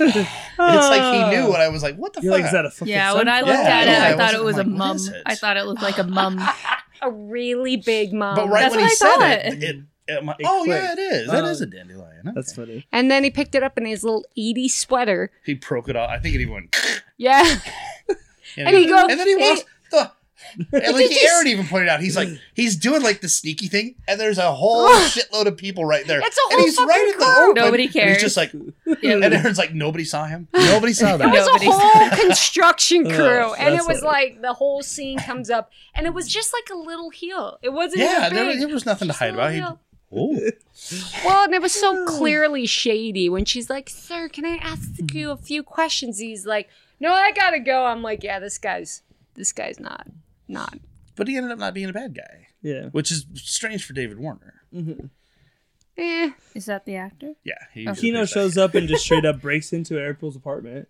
E: it's like he
C: Ah.
E: knew, and I was like, what the
B: You're
E: fuck?
B: like, is that a fucking
C: Yeah, when I
B: sunflower?
C: looked at
E: Yeah,
C: it, I
E: I
C: thought it
E: wasn't-
C: was a
E: I'm like,
C: mum.
E: what is it?
C: I thought it looked like a mum.
D: a really big mom
E: but right
C: Um, That's
E: when
C: what
E: he
C: I
E: said
C: thought.
E: it, it, it- I'm like,
B: It
E: oh yeah,
B: clicked.
E: it is. That
B: Oh.
E: is a dandelion. Okay.
B: That's funny.
D: And then he picked it up in his little Edie sweater.
E: he broke it off. I think it even went.
D: Yeah.
E: And,
D: And he
E: he-
D: goes-
E: and then he
D: he-
E: walks. the, And like Aaron even pointed out, he's like he's doing like the sneaky thing, and there's a whole shitload of people right there.
D: It's a
E: and
D: whole
E: he's
D: fucking
E: right at the
D: crowd.
E: open.
C: Nobody
E: and he's
C: cares.
E: just like,
C: Yeah.
E: and Aaron's like, nobody saw him. Nobody saw
D: It
E: that.
D: was
C: Nobody's-
D: a whole construction crew,
B: Oh,
D: and it
B: that's
D: was
B: funny.
D: like the whole scene comes up, and it was just like a little heel. It wasn't
E: yeah,
D: even
E: there,
D: big.
E: was- there was nothing to
D: Just a
E: hide
D: little
E: about. He-
D: heel.
E: oh,
D: Well, and it was so clearly shady when she's like, "Sir, can I ask you
E: Mm-hmm.
D: a few questions?" He's like, "No, I gotta go." I'm like, "Yeah, this guy's this guy's not not."
E: but he ended up not being a bad guy,
B: Yeah.
E: which is strange for David Warner.
D: Eh.
C: Is that the actor?
E: Yeah, he
C: Oh.
E: was a
B: Kino
E: bad guy.
B: shows up and just straight up breaks into April's apartment.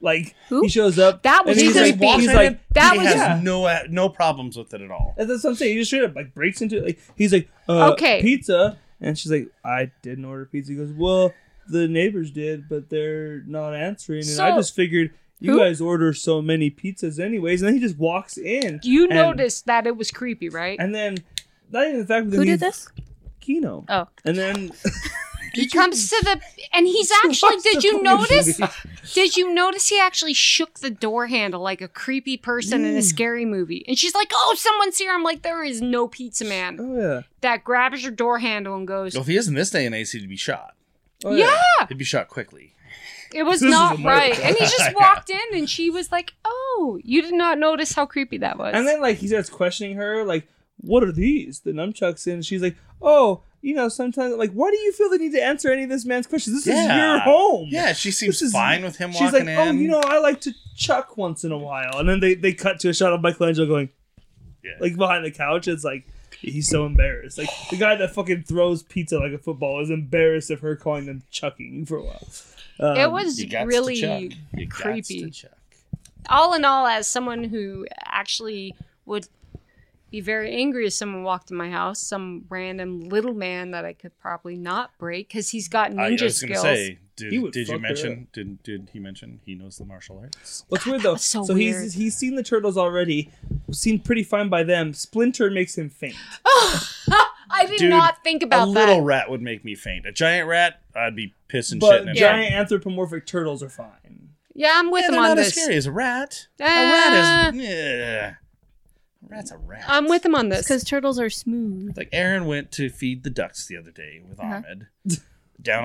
B: Like
C: Who?
B: he shows up.
D: That
B: and
D: was
E: He
B: he's
E: just
B: like,
D: creepy.
E: walks
B: he's
E: right
B: like,
E: in.
D: that
E: he
D: was-
E: has
B: Yeah.
E: no no problems with it at all.
B: And that's what I'm saying. He just straight up like breaks into it. Like he's like, uh,
D: Okay.
B: pizza, and she's like, I didn't order pizza. He goes, well, the neighbors did, but they're not answering, and I
D: So-
B: just figured you
C: Who?
B: guys order so many pizzas anyways, and then he just walks in.
D: You
B: and-
D: noticed that it was creepy, right?
B: and then not even the fact that
C: Who
B: he's
C: did this?
B: Kino,
C: Oh,
B: and then
D: He comes to the and he's actually.
B: watched
D: Did
B: the
D: you
B: fucking
D: notice?
B: movie.
D: Did you notice he actually shook the door handle like a creepy person
E: Mm.
D: in a scary movie? And she's like, "Oh, someone's here." I'm like, "There is no pizza man
B: Oh yeah.
D: that grabs your door handle and goes."
E: So if he is in this day and age, he'd be shot.
B: Oh,
D: Yeah,
E: He'd be shot quickly.
D: it was
B: This is
D: not right.
B: America.
D: And he just walked in and she was like, Oh, you did not notice how creepy that was.
B: And then like he starts questioning her, like, "What are these?" The nunchucks, and she's like, "Oh, you know, sometimes like, why do you feel the need to answer any of this man's questions? This is your home."
E: Yeah, she seems
B: This is-
E: fine with him
B: She's
E: walking
B: like, "Oh,
E: in.
B: you know, I like to chuck once in a while," and then they they cut to a shot of Michelangelo going,
E: Yeah.
B: like behind the couch. It's like. He's so embarrassed. Like the guy that fucking throws pizza like a football is embarrassed of her calling them chucking for a while. Um,
D: it was
E: You gots to
D: really
E: check. You gots
D: creepy.
E: to check.
D: all in all, as someone who actually would be very angry if someone walked in my house, some random little man that I could probably not break because he's got
E: I, I
D: ninja
E: was gonna
D: skills.
E: say, did,
B: He would
E: did you
B: fuck her
E: mention? Did did he mention he knows the martial arts?
B: What's weird though?
D: was so
B: so
D: weird.
B: he's he's seen the turtles already, seemed pretty fine by them. Splinter makes him faint.
D: I did
E: Dude,
D: not think
E: A
D: about
E: little
D: that.
E: rat would make me faint. A giant rat, I'd be pissing shit.
B: But
E: in
B: giant anthropomorphic turtles are fine.
D: Yeah, I'm with
E: Yeah,
D: him
E: they're
D: on
E: not as
D: this.
E: scary as a rat. a
D: Uh,
E: rat is. Yeah. A rat's a rat.
D: I'm with him on this.
C: because turtles are smooth.
E: Like Aaron went to feed the ducks the other day with Ahmed. Down,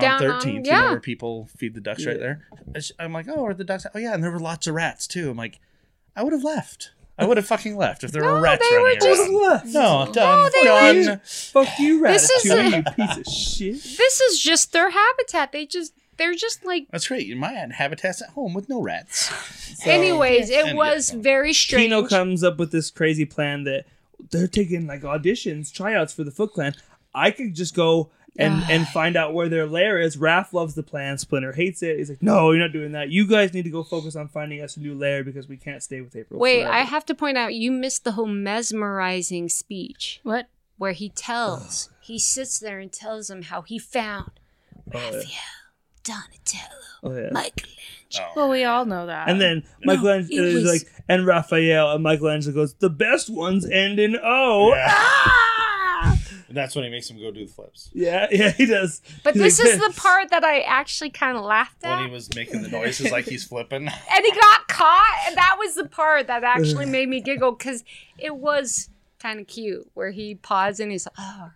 D: Uh-huh. Down on-
E: on 13th, you
D: yeah.
E: know where people feed the ducks right
B: Yeah.
E: there. I sh- I'm like, oh, are the ducks? Oh yeah, and there were lots of rats too. I'm like, I would have left. I would have fucking left if there were rats
D: they were
E: running
D: just-
E: around.
B: left.
E: No, done,
D: they
E: done.
B: Fuck you,
D: This is
B: Ratatouille, you piece of shit.
D: this is just their habitat. They just they're just like
E: That's great. My habitat's at home with no rats.
D: anyways, it
E: And-
D: was
E: yeah.
D: very strange.
B: Kino comes up with this crazy plan that they're taking like auditions, tryouts for the Foot Clan. I could just go and and find out where their lair is. Raph loves the plan. Splinter hates it. He's like, no, you're not doing that. You guys need to go focus on finding us a new lair because we can't stay with April.
D: Wait,
B: forever."
D: I have to point out you missed the whole mesmerizing speech
C: What?
D: where he tells he sits there and tells them how he found
B: Oh, yeah.
D: Donatello,
B: Oh, yeah.
D: Michael.
E: Oh.
C: Well, we all know that.
B: And then Michelangelo
D: it
B: is
D: was-
B: like, and Raphael, and Michelangelo goes, the best ones end in O. Yeah,
D: Ah!
E: That's when he makes him go do the flips.
B: yeah, he does.
D: But
B: He's
D: this
B: like,
D: is the part that I actually kind of laughed at,
E: When he was making the noises like he's flipping.
D: and he got caught, and that was the part that actually made me giggle because it was kind of cute where he paused and he's like, "Oh,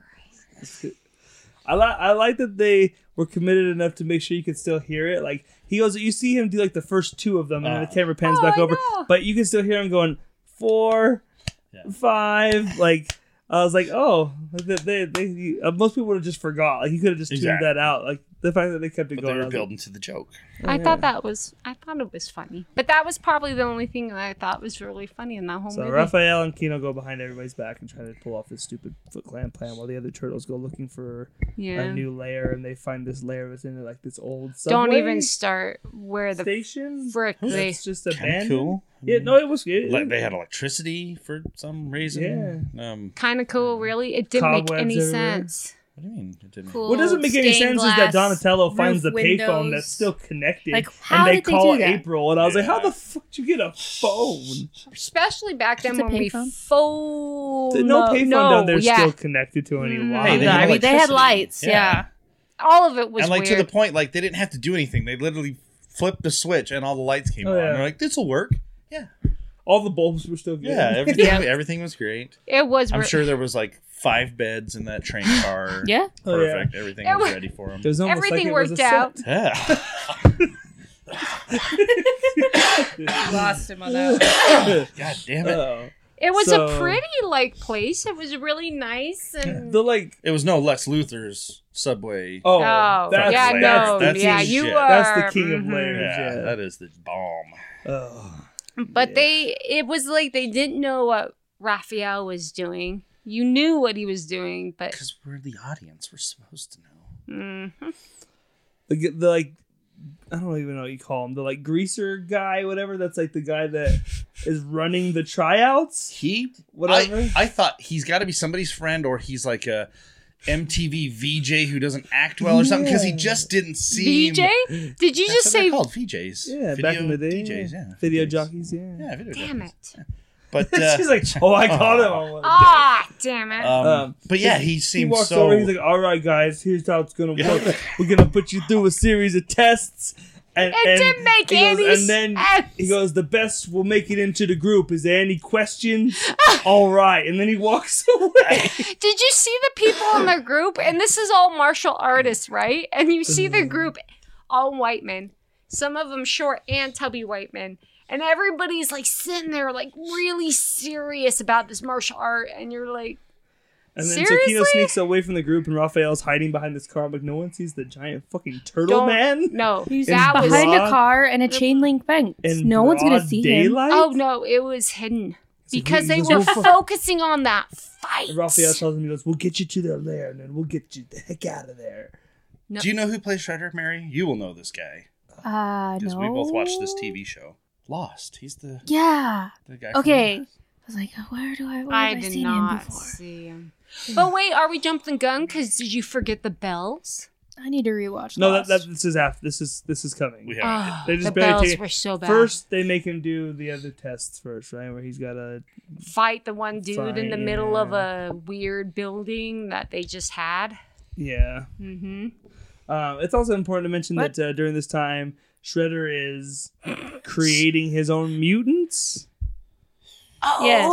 B: I like I like that they were committed enough to make sure you could still hear it. Like he goes, you see him do like the first two of them, and then the
E: Uh.
B: camera pans
D: Oh,
B: back
D: I
B: over,
D: know.
B: but you can still hear him going four,
E: Yeah.
B: five. Like I was like, oh, like, they, they, they uh, most people would have just forgot. Like you could have just tuned
E: Exactly.
B: that out. Like the fact that they kept it
E: But
B: going.
E: they
B: I
E: were
B: was like,
E: building to the joke.
D: I thought that was I thought it was funny, but that was probably the only thing that I thought was really funny in that whole
B: So
D: movie.
B: Raphael and Kino go behind everybody's back and try to pull off this stupid Foot Clan plan, while the other turtles go looking for
D: yeah,
B: a new layer, and they find this layer within it, like this old subway
D: don't even start where the
B: station.
D: frick they
B: It's just
E: Kind
B: abandoned.
E: of cool.
B: Yeah, no, it was good.
E: Like they had electricity for some reason. Yeah. Um,
D: kind of cool, really. It didn't make
B: Uh, Cobwebs
D: any
B: everywhere.
D: sense.
E: what do you mean? It didn't
C: Cool.
B: what doesn't make any
C: Stained
B: sense is that
C: glass,
B: Donatello
C: roof
B: finds the payphone
C: windows.
B: that's still connected,
C: Like, how
B: and they
C: did they
B: call
C: do that?
B: April, and I was like, "How
E: Yeah.
B: the fuck did you get a phone?
D: Especially back then
C: It's a
D: when we
C: payphone?
D: phone
B: no payphone
D: no,
B: down there is
D: yeah.
B: still connected to any
D: Mm.
B: line."
E: Hey, they
C: I
E: had
C: mean, Oh, they had
E: electricity.
C: lights.
E: Yeah.
C: Yeah.
D: All of it was
E: and like
D: weird.
E: to the point, like they didn't have to do anything. They literally flipped the switch and all the lights came
B: Oh,
E: on.
B: yeah.
E: They're like, "This will work." Yeah,
B: All the bulbs were still good.
E: Yeah, everything,
D: Yeah.
E: everything was great.
D: It was.
E: I'm
D: re-
E: sure there was like five beds in that train car.
C: Yeah.
B: Oh, yeah.
E: Perfect. Everything
D: It
E: was
D: wa-
E: ready for him.
B: It was almost
D: Everything
B: like it was
D: worked
B: a set.
D: out.
E: Yeah.
C: Lost him on that. one.
E: God damn it.
B: Oh.
D: It was
B: So-
D: a pretty like place. It was really nice and.
B: The like
E: It was no Lex Luthor's subway.
B: oh,
D: Oh,
B: that's,
D: yeah,
B: that's,
D: no,
B: that's
D: yeah,
B: the,
D: you
E: shit.
D: are.
B: that's the king of
D: mhm.
E: Mm-hmm. yeah,
B: layers. Yeah,
E: that is the bomb.
B: Oh.
D: But they, it was like they didn't know what Raphael was doing. You knew what he was doing, but
E: Because we're the audience. We're supposed to know.
D: mm,
B: the, g- the like I don't even know what you call him. The like greaser guy, whatever. That's like the guy that is running the tryouts.
E: He
B: Whatever.
E: I, I thought he's got to be somebody's friend, or he's like a MTV VJ who doesn't act well, or something, because he
B: Yeah.
E: just didn't seem.
D: VJ, did you
E: That's
D: just
E: what they're
D: say?
E: called VJs.
B: yeah, back in the day.
E: DJs, yeah.
B: Video
E: VJs.
B: jockeys. Yeah.
E: Yeah, video
D: Damn
E: jockeys.
D: it!
E: But uh,
B: She's like, oh, I caught him. on one.
D: Ah, damn it!
E: um,
B: Um,
E: but yeah, he
B: he
E: seemed
B: walks
E: so.
B: over. He's like, all right, guys, here's how it's gonna
E: Yeah.
B: work. We're gonna put you through a series of tests. And,
D: it
B: and
D: didn't make
B: he goes,
D: any
B: and then
D: sense.
B: He goes, the best will make it into the group. Is there any questions? All right. And then he walks away.
D: Did you see the people in the group? And this is all martial artists, right? And you see the group, all white men, some of them short and tubby white men. And everybody's like sitting there, like really serious about this martial art. And you're like,
B: And then Tokino
D: Seriously?
B: sneaks away from the group, and Raphael's hiding behind this car. I'm like, no one sees the giant fucking turtle
D: Don't-
B: man.
D: no,
C: He's
D: that was.
C: behind
B: broad-
C: a car and a chain link fence.
B: In
C: no one's gonna
B: broad
C: see him.
B: daylight?
D: Oh, no, it was hidden
B: It's like,
D: because
B: he
D: they
B: goes,
D: were
B: "We'll fu-"
D: focusing on that fight.
B: And Raphael tells him, he goes, we'll get you to their lair, and then we'll get you the heck out of there.
E: Do you know who plays Shredder, Mary? You will know this guy
C: Uh,
E: because
C: no.
E: we both watched this TV show. Lost. He's the,
C: Yeah.
E: the guy. from
C: Okay. I
E: Lost.
C: was like, where do I? Where
D: I
C: have
D: did
C: seen him
D: not
C: before?
D: see him. But wait, are we jumping gun? Because did you forget the bells?
C: I need to rewatch.
B: No, that,
C: Lost.
B: that this is after. This is this is coming.
E: We have.
D: Oh,
B: They just
D: the
B: barely
D: bells
B: take-
D: were so bad.
B: First, they make him do the other tests first, right? Where he's got a
D: fight the one dude in the
B: Fight,
D: middle of
B: yeah.
D: a weird building that they just had.
B: yeah.
D: Mm-hmm.
B: Um, it's also important to mention
C: What?
B: that uh, during this time, Shredder is creating his own mutants.
C: Yes.
B: that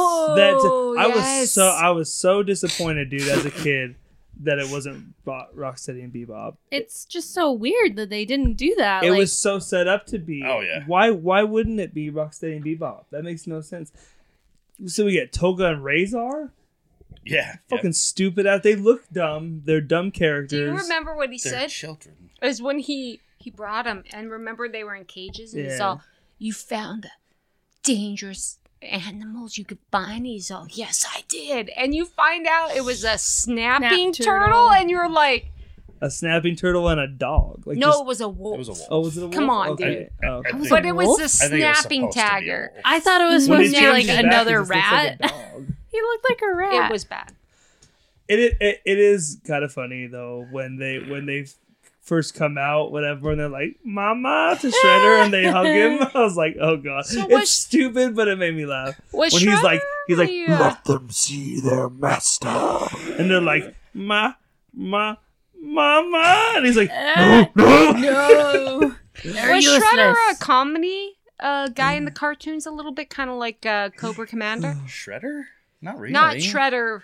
D: Oh,
B: I was so I was so disappointed, dude, as a kid that it wasn't Bo- Rocksteady and Bebop.
C: it's just so weird that they didn't do that.
B: it
C: like,
B: was so set up to be.
E: Oh, yeah.
B: Why why wouldn't it be Rocksteady and Bebop? That makes no sense. So we get Toga and Razor.
E: Yeah.
B: Fucking stupid out. They look dumb. They're dumb
D: Do
B: characters.
D: you remember what he
E: yeah. They're
D: said?
E: children.
D: It was when he he brought him, and remember they were in cages, and he's
B: Yeah.
D: all, "You found the dangerous animals you could find." He's all, "Yes, I did." And you find out it was a snapping turtle.
C: turtle.
D: and you're like,
B: A snapping turtle and a dog. Like
D: "No,
B: just-
D: it was a wolf."
E: It was a wolf.
B: Oh, was it a wolf?
D: Come on,
B: okay. dude. Oh,
E: I
B: okay.
E: think-
D: But it was
C: Wolf?
D: a
E: I think it was
D: snapping
E: supposed to be a
D: tagger.
E: wolf.
C: I thought it was
B: When
C: supposed
B: it
C: to be like
B: changes back, it
C: another
B: just looks like
C: rat.
B: a dog.
C: he looked like a rat.
D: It was bad.
B: it, it it- it is kind of funny though when they when they first come out whatever and they're like mama to shredder and they hug him i was like oh god it's
D: was-
B: stupid but it made me laugh
D: Was
B: when he's like he's like
D: Shredder-
B: let them see their master and they're like ma ma mama and he's like
C: Ah,
B: no
C: no. They're
D: was
C: useless.
D: Shredder a comedy uh, guy
B: Mm.
D: in the cartoons a little bit, kind of like uh, Cobra Commander?
E: Shredder? Not really.
D: Not Shredder,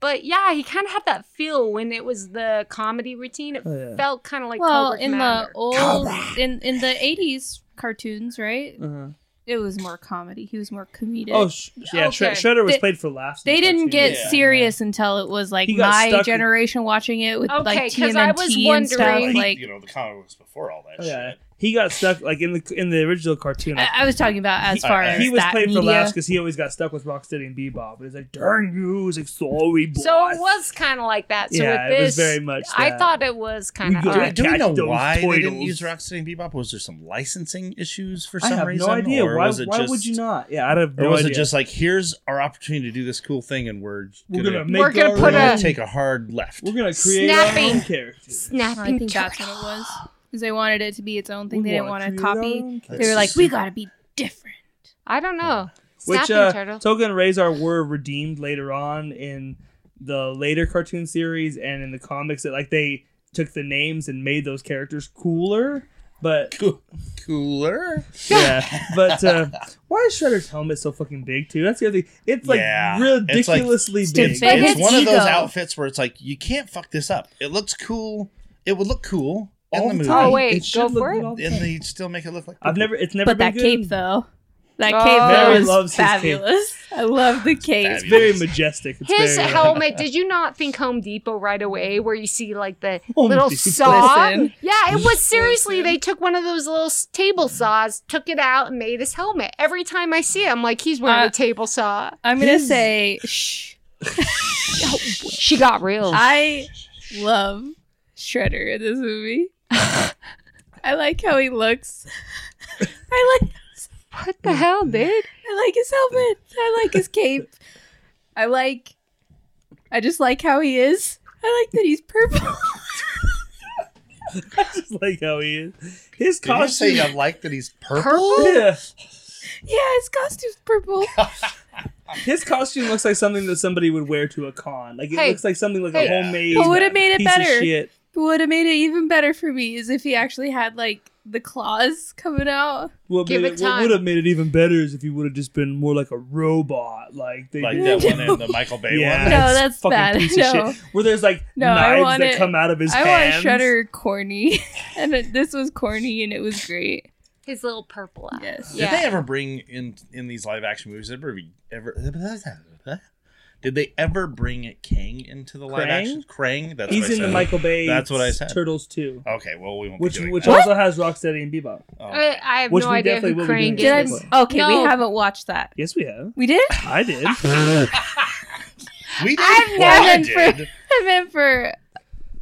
D: but yeah, he kind of had that feel when it was the comedy routine. It
B: Oh, yeah.
D: felt kind of like
C: well,
D: Cobra
C: in the
D: Commander.
C: old in in the eighties cartoons, right?
B: Uh-huh.
C: It was more comedy. He was more comedic.
B: oh sh- yeah Shre-
D: Okay.
B: shredder was
C: They-
B: played for laughs and
C: they
B: stuff,
C: didn't
B: too.
C: get
E: Yeah.
C: serious until it was like
B: He got
C: my
B: stuck in-
C: generation watching it with
D: Okay,
C: like
D: 'cause
C: TMNT
D: I was
C: and stuff.
D: wondering-
E: Like,
C: Like
E: you know, the comic books before all that
B: Oh, yeah
E: shit.
B: he got stuck like in the in the original cartoon I
C: I, I was talking about as
E: He-
C: far
E: I-
C: as
B: he was
C: that
B: played
C: media.
B: for laughs because he always got stuck with Rocksteady and Bebop. But he's like, "Darn you!" He's like, "Sorry, boss."
D: so it was kind of like that. So
B: Yeah,
D: with
B: it was
D: this,
B: very much
D: I
B: that.
D: thought it was kind
B: We
D: of
E: Do we,
B: gotta
D: odd.
E: do we
B: catch
E: know
B: those
E: why they didn't
B: turtles.
E: use Rocksteady and Bebop? Was there some licensing issues for
B: I
E: some
B: have
E: reason?
B: no idea.
E: Or
B: Why?
E: was it
B: why
E: just,
B: would you not? Yeah, I have
E: Or
B: no
E: was
B: idea.
E: it just like here's our opportunity to do this cool thing, and we're
B: we're
E: gonna,
B: gonna
E: we're
B: make
D: We're gonna
B: our
D: put
E: gonna
B: own-
D: a-
E: take a hard left?
B: we're gonna create our
D: Snapping.
B: own characters.
C: I
D: snapping
C: think that's what
D: turtle.
C: it was. Because they wanted it to be its own thing.
B: We
C: they didn't
B: wanna
C: want to
B: create our
C: copy.
B: own
C: They were
B: characters.
C: like, we gotta be different.
D: I don't know.
B: Which
D: snapping
B: uh,
D: turtle.
B: Toga and Razor were redeemed later on in the later cartoon series and in the comics. That like they took the names and made those characters cooler. But
E: Coo- Cooler.
B: yeah, but uh, why is Shredder's helmet so fucking big too? That's the other thing. It's like
E: Yeah, it's like-
B: ridiculously big.
E: It's,
C: But
E: it's
C: his
E: one of those
C: ego.
E: outfits where it's like you can't fuck this up. It looks cool. It would look cool in
B: all
E: the
B: the
E: movie,
B: time.
D: Oh, wait,
B: should
D: go
B: look
D: for
B: good
D: it.
B: all the
E: and
B: time.
E: they still make it look like.
B: I've never. It's never
C: But
B: been
C: that
B: good.
C: cape though, that
D: Oh.
C: cape
D: Mary
C: though is
B: loves his cape.
C: fabulous. I love the cape.
E: Fabulous.
B: Very majestic. It's
D: His
B: very, uh,
D: helmet. Did you not think Home Depot right away, where you see like the
B: Home
D: little
B: Depot.
D: saw?
C: Listen.
D: Yeah, it was seriously. They took one of those little s- table saws, took it out, and made his helmet. Every time I see him, like he's wearing
C: Uh,
D: a table saw.
C: I'm gonna
B: His-
C: say shh.
D: She got real.
C: I love Shredder in this movie. I like how he looks. I like
D: what the hell, dude?
C: I like his helmet. I like his cape. I like I just like how he is. I like that he's purple.
B: I just like how he is. His
E: Did you say
B: costume.
E: you like that he's purple?
B: Yeah,
C: yeah, his costume's purple.
B: his costume looks like something that somebody would wear to a con. Like it
D: Hey.
B: looks like something like
E: Hey.
B: a homemade.
C: What would've made it
B: piece of
C: better?
B: shit.
C: But what would have made it even better for me is if he actually had like the claws coming out.
B: What,
D: Give
B: made
D: it
B: it, what
D: time.
B: would have made it even better is if you would have just been more like a robot, like they
E: Like
B: do.
E: that one in the Michael Bay
B: Yeah,
E: one.
C: No,
B: it's
C: that's
B: fucking
C: bad.
B: Piece
C: No.
B: of shit. Where there's like
C: No, I
B: knives
C: want
B: that
C: it-
B: come out of his
C: I
B: hands.
C: want Shredder corny, and it- this was corny, and it was great.
D: His little purple eye.
C: Yes.
E: Did
D: Yeah.
E: they ever bring in in these live action movies? Did they ever ever? Did they ever bring Kang into the live
B: Krang?
E: action? Krang. That's
B: He's
E: what I
B: in the
E: said.
B: Michael Bay.
E: That's what I said.
B: Turtles too,
E: Okay, well we won't.
B: which
E: be doing
B: which
E: that.
B: also has Rocksteady and Bebop.
E: Oh.
D: I, I have
B: Which
D: no
B: we
D: idea
B: definitely
D: who
B: will be
D: Crane
B: doing at
C: Did
D: is.
B: some point.
C: I? Okay, we
D: No.
C: haven't watched that.
B: Yes, we have.
C: We did.
B: I did.
E: we did.
C: I've
E: well, I
C: never-
E: did.
C: I meant for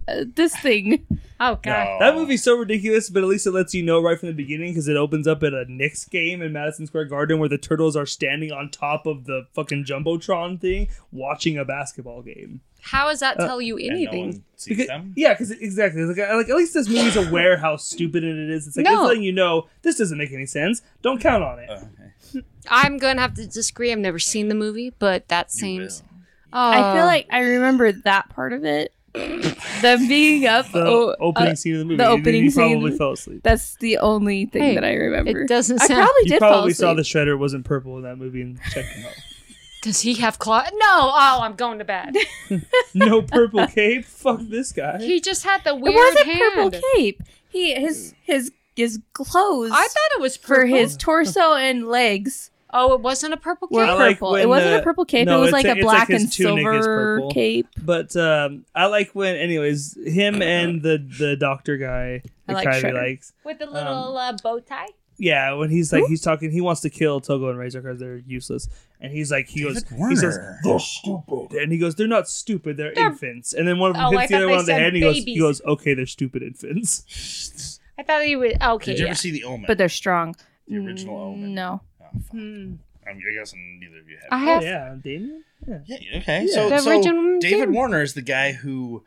C: uh, this thing.
D: Oh god.
E: No.
B: That movie's so ridiculous, but at least it lets you know right from the beginning because it opens up at a Knicks game in Madison Square Garden where the Turtles are standing on top of the fucking Jumbotron thing watching a basketball game.
D: How does
B: Uh,
D: that tell you
E: And no
D: anything?
E: one sees
B: Because-
E: them.
B: Yeah, because exactly. Like, I- like, at least this movie's aware how stupid it is. It's like
D: No.
B: it's letting you know this doesn't make any sense. Don't count on it.
E: Oh, okay.
D: I'm gonna have to disagree. I've never seen the movie, but that
E: You
D: seems.
E: will.
D: Oh,
C: I feel like I remember that part of it. Them being up.
B: the
C: oh,
B: opening
C: uh,
B: scene of the movie.
C: the
B: you-
C: opening
B: you probably
C: scene.
B: fell asleep.
C: that's the only thing
D: Hey,
C: that I remember.
D: it doesn't
C: I
D: sound.
C: probably
B: You
C: did fall
B: probably
C: asleep.
B: saw the shredder wasn't purple in that movie and checked him out.
D: Does he have claw? No. Oh, I'm going to bed.
B: No purple cape. Fuck this guy.
D: He just had the
C: It
D: weird
C: wasn't
D: hand.
C: purple cape. He his his his clothes
D: I thought it was
C: for
D: purple.
C: his torso and legs
D: Oh, it wasn't a purple cape.
C: were
B: I like
C: purple.
B: when
C: it wasn't
B: the-
C: a purple cape.
B: no,
C: it was
B: it's
C: like
B: a-
C: a,
B: it's like
C: black
B: his
C: and
B: tunic is
C: silver
B: purple.
C: cape.
B: But um, I like when, anyways, him and the the doctor guy that
C: I like
B: Kyrie
C: Shredder.
B: likes.
D: with a
B: little,
D: uh, bow tie.
B: Yeah, when he's like he's talking, he wants to kill Togo and Razor because they're useless, and he's like he
E: David
B: goes he says
E: Warner.
B: they're stupid, and he goes they're not stupid, they're,
D: They're-
B: infants, and then one of them
D: Oh, I
B: hits the
D: thought
B: other
D: they
B: one on the
D: said
B: head, and he goes he
D: babies.
B: goes okay, they're stupid infants.
D: I thought he was oh, okay.
E: Did you
D: Yeah.
E: ever see the Omen?
C: But they're strong.
E: the original Omen.
C: No.
E: Oh, fuck.
D: Hmm.
E: I'm, I guess neither of you have.
D: I
B: Oh
D: have.
B: yeah, Damien. Yeah,
E: yeah. Okay.
B: Yeah.
E: So,
D: The
E: so
D: original
E: David
D: Jim.
E: Warner is the guy who,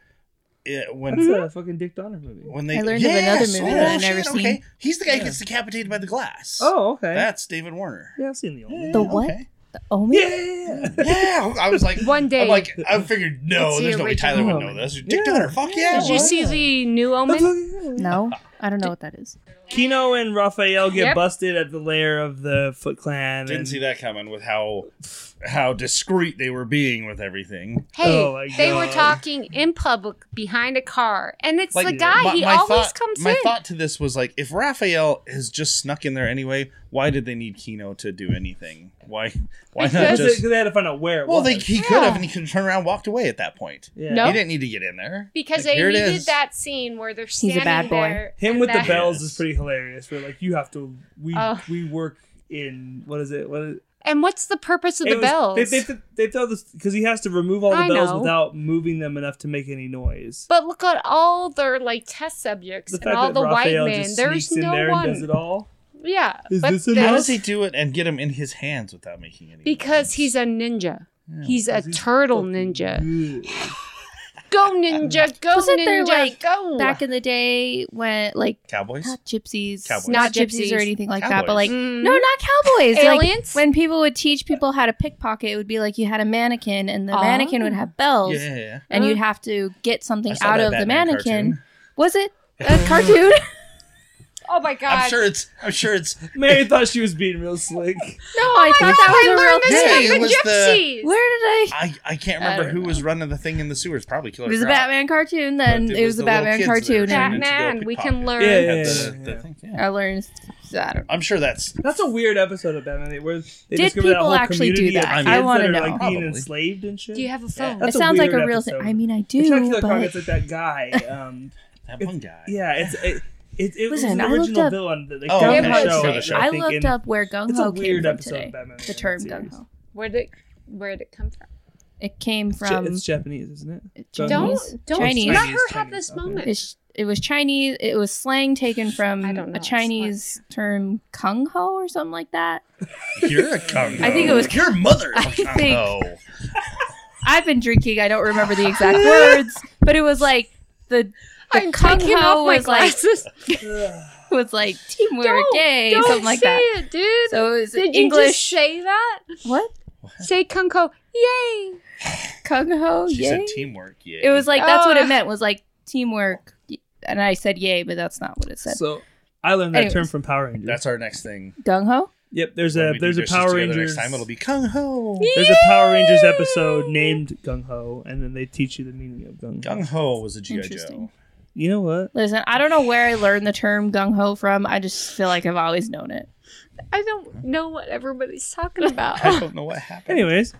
E: uh, when
B: that's a fucking Dick Donner movie.
E: when they
C: I learned of another movie that I've never seen.
E: He's the guy
B: Yeah.
E: who gets decapitated by the glass.
B: Oh okay,
E: that's David Warner.
B: yeah, I've seen the old one.
C: The what?
E: okay.
C: Oh
B: Yeah,
D: Mm-hmm.
B: yeah, yeah.
E: Yeah, I was like,
D: One day.
E: I'm like, I figured, no,
D: It's the
E: there's no way Tyler
D: original
E: would know
B: Omen.
E: this. Dick
B: Yeah.
E: Donner, fuck yeah.
D: Did you
E: what?
D: see the new Omen?
B: yeah.
C: No, I don't know what that is.
B: Kino and Raphael get
D: Yep.
B: busted at the lair of the Foot Clan.
E: Didn't
B: and
E: see that coming with how how discreet they were being with everything.
D: Hey,
B: Oh my
D: they were
B: God.
D: talking in public behind a car, and it's the guy.
E: my-
D: he
E: my
D: always
E: thought-
D: comes
E: My
D: in.
E: thought to this was like, if Raphael has just snuck in there anyway, why did they need Kino to do anything? Why? Why not
B: Because
E: just?
B: they had to find out where it
E: Well,
B: was.
E: they, he could
D: Yeah.
E: have, and he could have turned around, and walked away at that point.
B: yeah.
D: No.
E: He didn't need to get in there
D: because
E: Like,
D: they
E: here it
D: needed
E: is.
D: that scene where they're
C: a
D: standing
C: bad boy.
D: there.
B: Him
D: and
B: with the
D: that-
B: bells
E: Yes.
B: is pretty hilarious. We're like, you have to. We
D: Oh.
B: we work in what is it? What is
D: And what's the purpose of
B: it
D: the
B: was-
D: bells?
B: They, they, they throw this because he has to remove all the
D: I
B: bells
D: know.
B: without moving them enough to make any noise.
D: but look at all their like test subjects
B: the
D: and all the
B: Raphael
D: white men.
B: just
D: There's
B: sneaks in
D: no
B: there
D: one.
B: and does it all.
D: Yeah,
B: Is
D: but
B: this a
E: How
D: there's-
E: does he do it and get him in his hands without making any?
D: Because he's a ninja. He's a turtle ninja.
B: Good.
D: Go ninja, go
C: Wasn't
D: ninja,
C: there, like,
D: go.
C: Back in the day, when like
E: Cowboys?
C: not gypsies,
E: Cowboys.
C: not
D: Not
C: gypsies or
D: gypsies.
C: anything like that, but
E: Cowboys.
C: like
D: Mm.
C: no, not cowboys. Like,
D: Aliens?
C: when people would teach people how to pickpocket, it would be like you had a mannequin, and the
D: Oh.
C: mannequin would have bells,
E: Yeah, yeah, yeah.
C: and
D: Mm.
C: you'd have to get something
E: I saw
C: out
E: that
C: of the
E: Batman
C: mannequin.
E: cartoon.
C: Was it a cartoon?
D: Oh my god.
E: I'm sure it's. I'm sure it's.
B: Mary thought she was being real slick.
C: I
D: I
C: thought that was a real
E: this
C: thing.
E: Yeah, it was the-
D: gypsies.
C: Where did I?
E: I, I can't
C: I
E: remember
C: don't
E: who was running the thing in the sewers. Probably Killer
C: It was a
E: Croc.
C: Batman cartoon. Then
E: But
C: it was a
E: the little
C: Batman
E: kids that were
C: cartoon.
E: turning
C: And
E: into
D: Batman, we can
E: pickpockets.
D: learn.
B: Yeah, yeah,
E: Had
B: yeah,
E: the-
B: yeah.
E: the thing, yeah.
C: I learned. I don't.
E: I'm sure that's.
B: That's a weird episode of Batman where they
C: Did
B: discover that
C: people
B: whole
C: actually do
B: community
C: that?
B: of
E: I
B: kids that
C: wanna
B: are,
C: know.
B: like being
E: Probably.
B: enslaved and shit.
D: Do you have a phone?
B: That's a
C: it sounds like
B: weird
C: a real thing.
B: episode.
C: I mean, I
B: it's not
C: do,
B: Killer Croc.
C: but
B: It's like that guy. Um,
E: That one guy.
B: yeah, it's it. It, it
C: Listen, I
B: was an
C: looked
B: original
C: up-
B: villain that they
E: Oh,
B: oh,
E: okay.
B: the
E: It was.
B: show.
E: For the
B: I
E: show.
C: I
B: think,
C: looked
B: in-
C: up where gung
B: It's a
C: ho came
B: weird
C: from
B: episode
C: today.
B: of Batman.
C: The term gung
B: series.
C: ho.
D: Where did where did it come from?
C: It came
B: It's Ja-
C: from.
B: It's Japanese, isn't it?
C: Chinese.
D: Don't don't
C: Chinese.
D: let
E: Chinese,
D: her have
B: Chinese,
D: this
B: okay.
D: moment.
C: It's, it was Chinese. It was slang taken from
D: I don't know.
C: a Chinese term, kung ho, or something like that.
E: You're a Kung.
C: I think it was-
E: your mother.
C: I
E: a Kung
C: think-
E: Ho.
C: I've been drinking. I don't remember the exact words, but it was like the the
D: I'm
C: kung
D: taking
C: ho
D: off my
C: was like
D: glasses.
C: was like team we were
D: Don't-
C: gay,
D: Don't
C: something like
D: say
C: that.
D: it, dude.
C: So it was
D: did you just
C: English.
D: say that?
C: what
D: Say kung ho. Yay!
C: kung ho? Yay!
E: She said teamwork. Yeah.
C: It was like that's what
D: Oh.
C: it meant was like teamwork, and I said yay, but that's not what it said.
B: So I learned that term
C: Anyways.
B: from Power Rangers.
E: That's our next thing.
C: Gung ho.
B: yep. There's
E: When
B: a
E: we do
B: there's a
E: dishes
B: Power
E: together
B: Rangers.
E: Next time it'll be Kung Ho.
B: There's a Power Rangers episode named Gung Ho, and then they teach you the meaning of Gung Ho.
E: Kung Ho was a GI
C: Interesting.
E: Joe.
B: You know what?
C: Listen, I don't know where I learned the term gung ho from. I just feel like I've always known it.
D: I don't know what everybody's talking about.
E: I don't know what happened.
B: Anyways,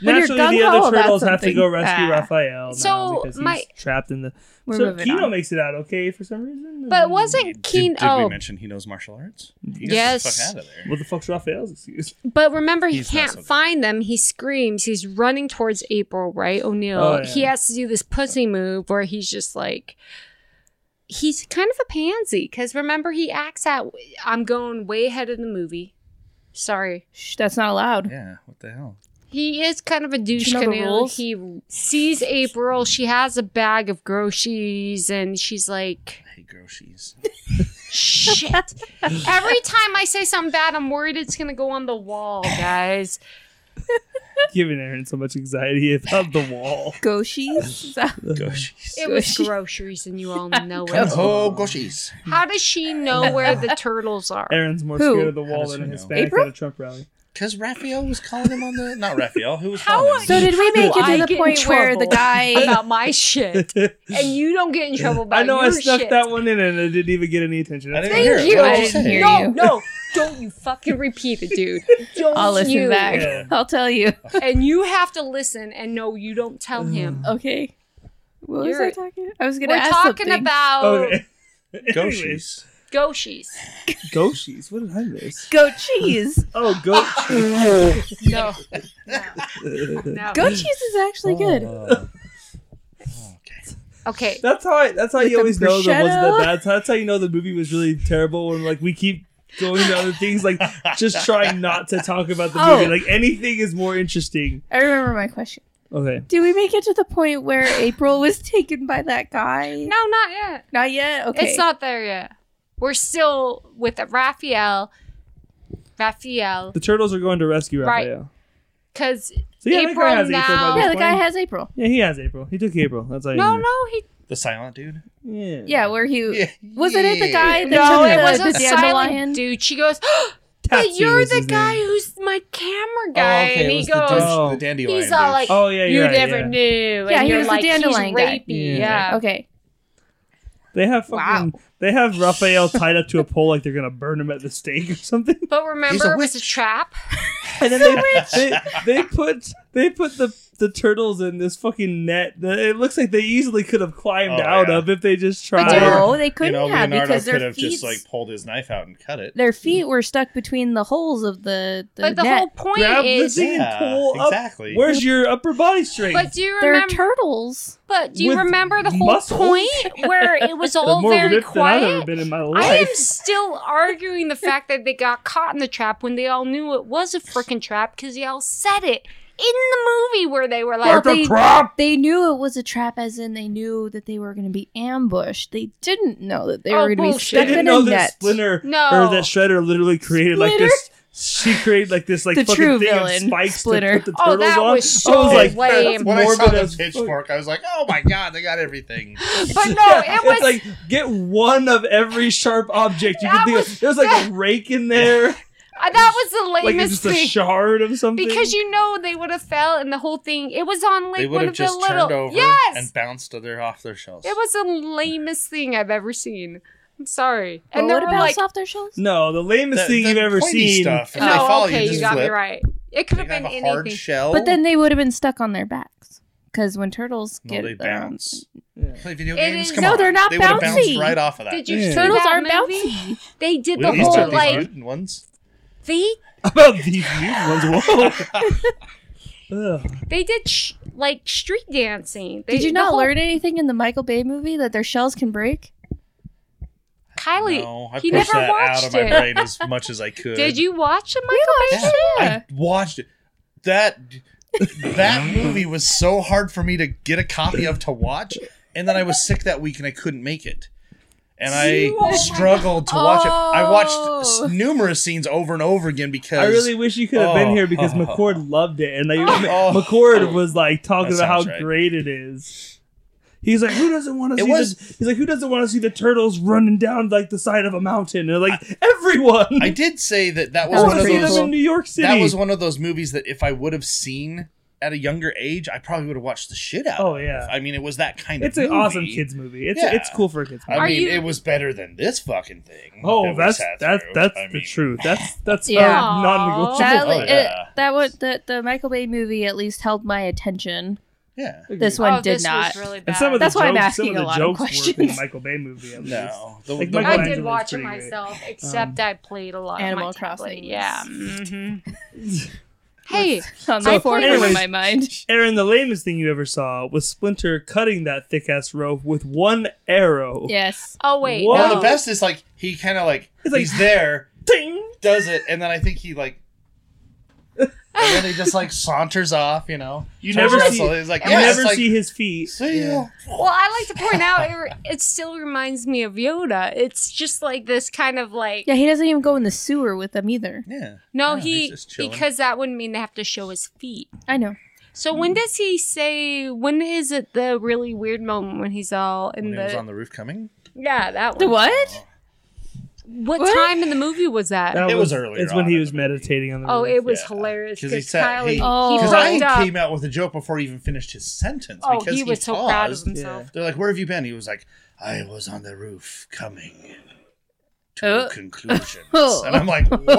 C: When you're
B: naturally the
C: gung-ho
B: other
C: about
B: turtles have to go
C: something.
B: rescue
C: Ah.
B: Raphael now
D: So,
B: because
D: my-
B: he's trapped in the.
C: We're
B: so
C: moving
B: Kino
C: on.
B: makes it out okay for some reason.
D: but
E: Did,
D: wasn't Keen?
E: did we
D: Oh,
E: mention he knows martial arts? He
D: Yes.
E: Gets the fuck out of there.
B: What the fuck's Raphael's excuse?
D: But remember, he
E: He's not
D: can't
E: so good.
D: find them. He screams. He's running towards April, right? O'Neill.
B: Oh, yeah.
D: He has to do this pussy move where he's just like, he's kind of a pansy. Because remember, he acts out. I'm going way ahead of the movie. Sorry.
C: Shh, that's not allowed.
E: Yeah. What the hell?
D: He is kind of a douche
C: know the
D: canoe.
C: rules?
D: He sees April. She has a bag of groceries, and she's like,
E: I hate groceries.
D: shit. Every time I say something bad, I'm worried it's going to go on the wall, guys.
B: Giving Aaron so much anxiety about the wall.
C: Goshies.
E: Groceries.
D: It was groceries, and you all know
E: Kung
D: it.
E: Ho groceries.
D: How does she know where the turtles are?
B: Aaron's more
C: Who?
B: scared of the
E: How
B: wall
E: does
B: than
E: he
B: a
E: know?
B: Hispanic
C: April?
B: at a Trump rally.
E: Because Raphael was calling him on the. Not Raphael. Who was
D: How
E: calling him?
C: so did we make
D: Do I
C: it to
D: get
C: the
D: in
C: point where the
D: trouble
C: guy?
D: about my shit, and you don't get in trouble about
B: I know I
D: your
B: snuck
D: shit.
B: that one in and I didn't even get any attention.
E: I didn't
D: Thank
E: hear it.
D: you.
E: What did
C: I
E: he
C: didn't
E: say?
C: hear
D: no,
C: you.
D: no, don't you fucking repeat it, dude. Don't
C: I'll listen
D: you.
C: back.
B: Yeah.
C: I'll tell you.
D: And you have to listen and no, you don't tell
C: Mm.
D: him.
C: Okay. What
D: You're-
C: was I talking? I was gonna
D: We're
C: ask
D: talking
C: something.
D: about
B: Okay. Anyways,
E: Groceries.
D: Goshis.
B: Goshi's. What did I miss?
C: goat cheese.
B: Oh, Goshi.
D: No. No. no.
C: Goat cheese is actually good.
E: Oh. Okay.
D: Okay.
B: That's how I, that's how
C: With
B: you
C: the
B: always know that wasn't that
C: prosciutto?
B: bad. That's how you know the movie was really terrible when like we keep going to other things, like just trying not to talk about the
C: Oh.
B: movie. Like anything is more interesting.
C: I remember my question.
B: Okay.
C: Did we make it to the point where April was taken by that guy?
D: No, not yet.
C: Not yet. Okay.
D: It's not there yet. We're still with Raphael. Raphael.
B: The turtles are going to rescue
D: Right.
B: Raphael.
D: Because
B: So yeah, that
D: April
B: guy has April by
D: now-
B: this
C: Yeah, the guy
B: point.
C: has April.
B: Yeah, he has April. He took April. That's all
D: no,
B: you
D: no, he
E: The silent dude.
B: know. Yeah.
C: Yeah, where he
E: Yeah.
C: wasn't it the guy that
D: No,
C: took
D: it
C: the-
D: wasn't
C: the
D: silent,
C: dandelion?
D: dude. She goes,
B: Tatsu
D: "But you're
B: is
D: the
B: his
D: guy
B: name.
D: who's my camera
E: Oh,
D: guy,"
E: okay,
D: and
E: it
D: he
E: was
D: goes,
E: The,
B: Oh.
E: dan- the dandelion.
D: "He's all
E: dude.
D: like,
B: Oh yeah,
D: you
B: you're right,
D: never
B: yeah.
D: knew."
C: Yeah,
D: and
C: he
D: you're
C: was the
D: like,
C: dandelion
D: he's
C: guy.
D: rapey.
B: Yeah.
D: Yeah.
C: Okay.
B: They have
C: Wow.
B: fucking. They have Raphael tied up to a pole like they're gonna burn him at the stake or something.
D: But remember,
E: a
D: it was a
E: witch.
D: trap.
B: And then they, they, they put they put the the turtles in this fucking net. that It looks like they easily could have climbed
E: Oh,
B: out
E: yeah.
B: of if they just
C: But
B: tried.
E: Or,
C: no, they couldn't
E: you know,
C: have
E: Leonardo
C: because
E: could
C: their
E: have
C: feet,
E: just like pulled his knife out and cut it.
C: their feet were stuck between the holes of the, the
D: But the
C: net.
D: whole point
B: Grab the
D: is,
B: thing
E: Yeah,
B: and pull up.
E: exactly.
B: Where's your upper body strength?
D: but do you
C: They're
D: remember?
C: turtles.
D: but do you
B: with
D: remember the whole
B: muscles?
D: point where it was
B: The
D: all
B: more
D: very
B: ripped than I've ever
D: quiet?
B: been in my
D: I am
B: life.
D: still arguing the fact that they got caught in the trap when they all knew it was a freaking trap because y'all said it in the movie where they were like,
C: they, they knew it was a trap, as in they knew that they were going to be ambushed. They didn't know that they
D: Oh,
C: were going to be
D: bullshit.
B: They
C: stuck
B: didn't
C: in
B: know
C: a
B: that
C: net.
B: Splinter
D: No.
B: or that Shredder literally created like this she created like this like
C: The
B: fucking
C: true
B: thing of
C: villain,
B: spikes
C: Splinter.
B: to put the
D: Oh,
B: turtles
D: that
B: on.
D: was
B: I was
D: so
B: like,
D: lame.
B: that's
D: It's
E: when I saw
B: morbid
E: the
B: as fuck.
E: pitchfork, I was like, "Oh my god, they got everything."
D: But no,
B: Yeah,
D: it was
B: it's like get one of every sharp object you can
D: That
B: think of. There was like a rake in there,
D: uh, that was the
B: like it's
D: lamest
B: just a
D: thing
B: shard of something.
D: because you know they would have fell and the whole thing. It was on like
E: they would
D: one
E: have
D: of
E: just
D: the little
E: turned over
D: yes.
E: and bounced their off their shelves.
D: It was the lamest thing I've ever seen. I'm sorry.
C: Well,
D: And there
C: what
D: were
C: about
D: like,
C: off their shelves?
B: no, the lamest
E: The-
B: thing
E: the
B: you've ever
E: pointy
B: seen.
E: Stuff, if they
D: oh,
E: follow
D: okay, you,
E: just
D: got me
E: flip.
D: right. It could
E: They
D: have been
E: have a hard
D: anything.
E: shell.
C: But then they would have been stuck on their backs because when turtles
E: no,
C: get
E: they
C: their own-
E: bounce.
B: Yeah.
E: Play video
D: It
E: games.
D: is-
E: Come
C: No,
E: on.
C: they're not
E: They would have bounced
C: bouncy.
E: right off of that.
D: Did you
B: Yeah.
D: see
C: turtles
D: that
C: aren't
D: movie?
C: bouncy.
D: They did
E: We
D: the
E: don't need to
D: whole
E: start these
D: like
E: mutant ones.
D: they
B: About these mutant ones. Whoa. Ugh.
D: they did sh- like street dancing. They,
C: Did you
D: the
C: not
D: whole-
C: learn anything in the Michael Bay movie that their shells can break?
D: Kylie?
E: No, I
D: he
E: pushed
D: never
E: that out
D: watched
E: of my
D: it.
E: brain as much as I could.
D: Did you watch it, Michael? Bay?
E: Yeah, I watched it. That that movie was so hard for me to get a copy of to watch, and then I was sick that week and I couldn't make it. And I
D: You- oh my
E: struggled to watch it. I watched
C: Oh.
E: s- numerous scenes over and over again because
B: I really wish you could have been
E: Oh.
B: here because McCord loved it, and like
E: Oh.
B: McCord was like talking
E: That
B: about how
E: sounds right.
B: great it is. He's like, who doesn't want to
E: It
B: see?
E: was-
B: the, he's like, who doesn't want to see the turtles running down like the side of a mountain? And like everyone,
E: I did say that that was
B: I
C: was
E: one
B: want
E: of
B: to see
C: pretty
E: those.
B: them
C: cool.
B: in New York City.
E: That was one of those movies that if I would have seen at a younger age, I probably would have watched the shit out.
B: Oh,
E: of.
B: yeah.
E: I mean it was that kind
B: it's
E: of.
B: an awesome
E: movie.
B: kids movie. It's
E: Yeah.
B: it's cool for a kids
E: I
B: movie.
D: Are
E: mean,
D: you-
E: it was better than this fucking thing. that
B: oh,
E: we
B: that's
E: sat
B: that's
E: through.
B: that's
E: I
B: the
E: mean,
B: truth. That's that's
C: Yeah.
B: not non-negotiable.
C: That,
E: Oh,
C: it-
E: yeah.
C: that was the, the Michael Bay movie at least held my attention.
E: Yeah.
C: This
D: Oh,
C: one did
D: this
C: not.
D: was really bad.
B: and some of the
C: That's why I'm
B: jokes,
C: asking
B: some of
C: a
B: the
C: lot of
B: jokes were in the
C: questions.
B: Michael Bay movie. at least.
E: No. The,
B: Like
E: the
B: Michael
D: I
E: one-
B: Angelo
D: did
B: is
D: watch it
B: pretty great.
E: Um,
D: myself, except I played a lot. on
C: Animal
D: my tablet.
C: Crossing was-
D: Yeah. mhm. hey,
C: On
D: So,
C: the forefront of
B: anyways-
C: my mind.
B: Aaron, the lamest thing you ever saw was Splinter cutting that thick ass rope with one arrow.
C: Yes.
D: oh wait,
B: One
E: Well,
D: no.
E: the best is like he kind of like
B: It's like-
E: he's there,
B: Ding!
E: does it, and then I think he like. and then he just like saunters off, you know.
B: You
E: Turns
B: never
E: around
B: see-
E: slowly, he's like,
B: You
E: yeah,
B: never
E: it's like,
B: see his feet.
E: see ya.
D: Well, I like to point out it, re- it still reminds me of Yoda. It's just like this kind of like
C: Yeah, he doesn't even go in the sewer with them either.
E: Yeah.
D: no,
E: Yeah, he's
D: he
E: just chilling.
D: because that would mean they have to show his feet.
C: I know.
D: So when does he say? When is it the really weird moment when he's all in
E: When he
D: the,
E: was on the roof coming,
D: yeah that
C: The
D: one?
C: what?
D: What,
C: What?
D: time in the movie was that?
B: That
E: It was earlier
B: It's when
E: on
B: he
E: in
B: was
E: the movie.
B: meditating on the.
D: oh,
B: roof.
D: it was
E: yeah.
D: hilarious
E: 'Cause
D: because
E: he said-
D: Kylie
E: he-
D: he,
C: Oh.
E: because
D: fucked up.
E: I came out with a joke before he even finished his sentence.
D: oh,
E: because
D: he was so
E: paused.
D: proud of himself.
E: They're like, "Where have you been?" He was like, "I was on the roof coming to
C: Oh.
E: conclusions," and I'm like, "What the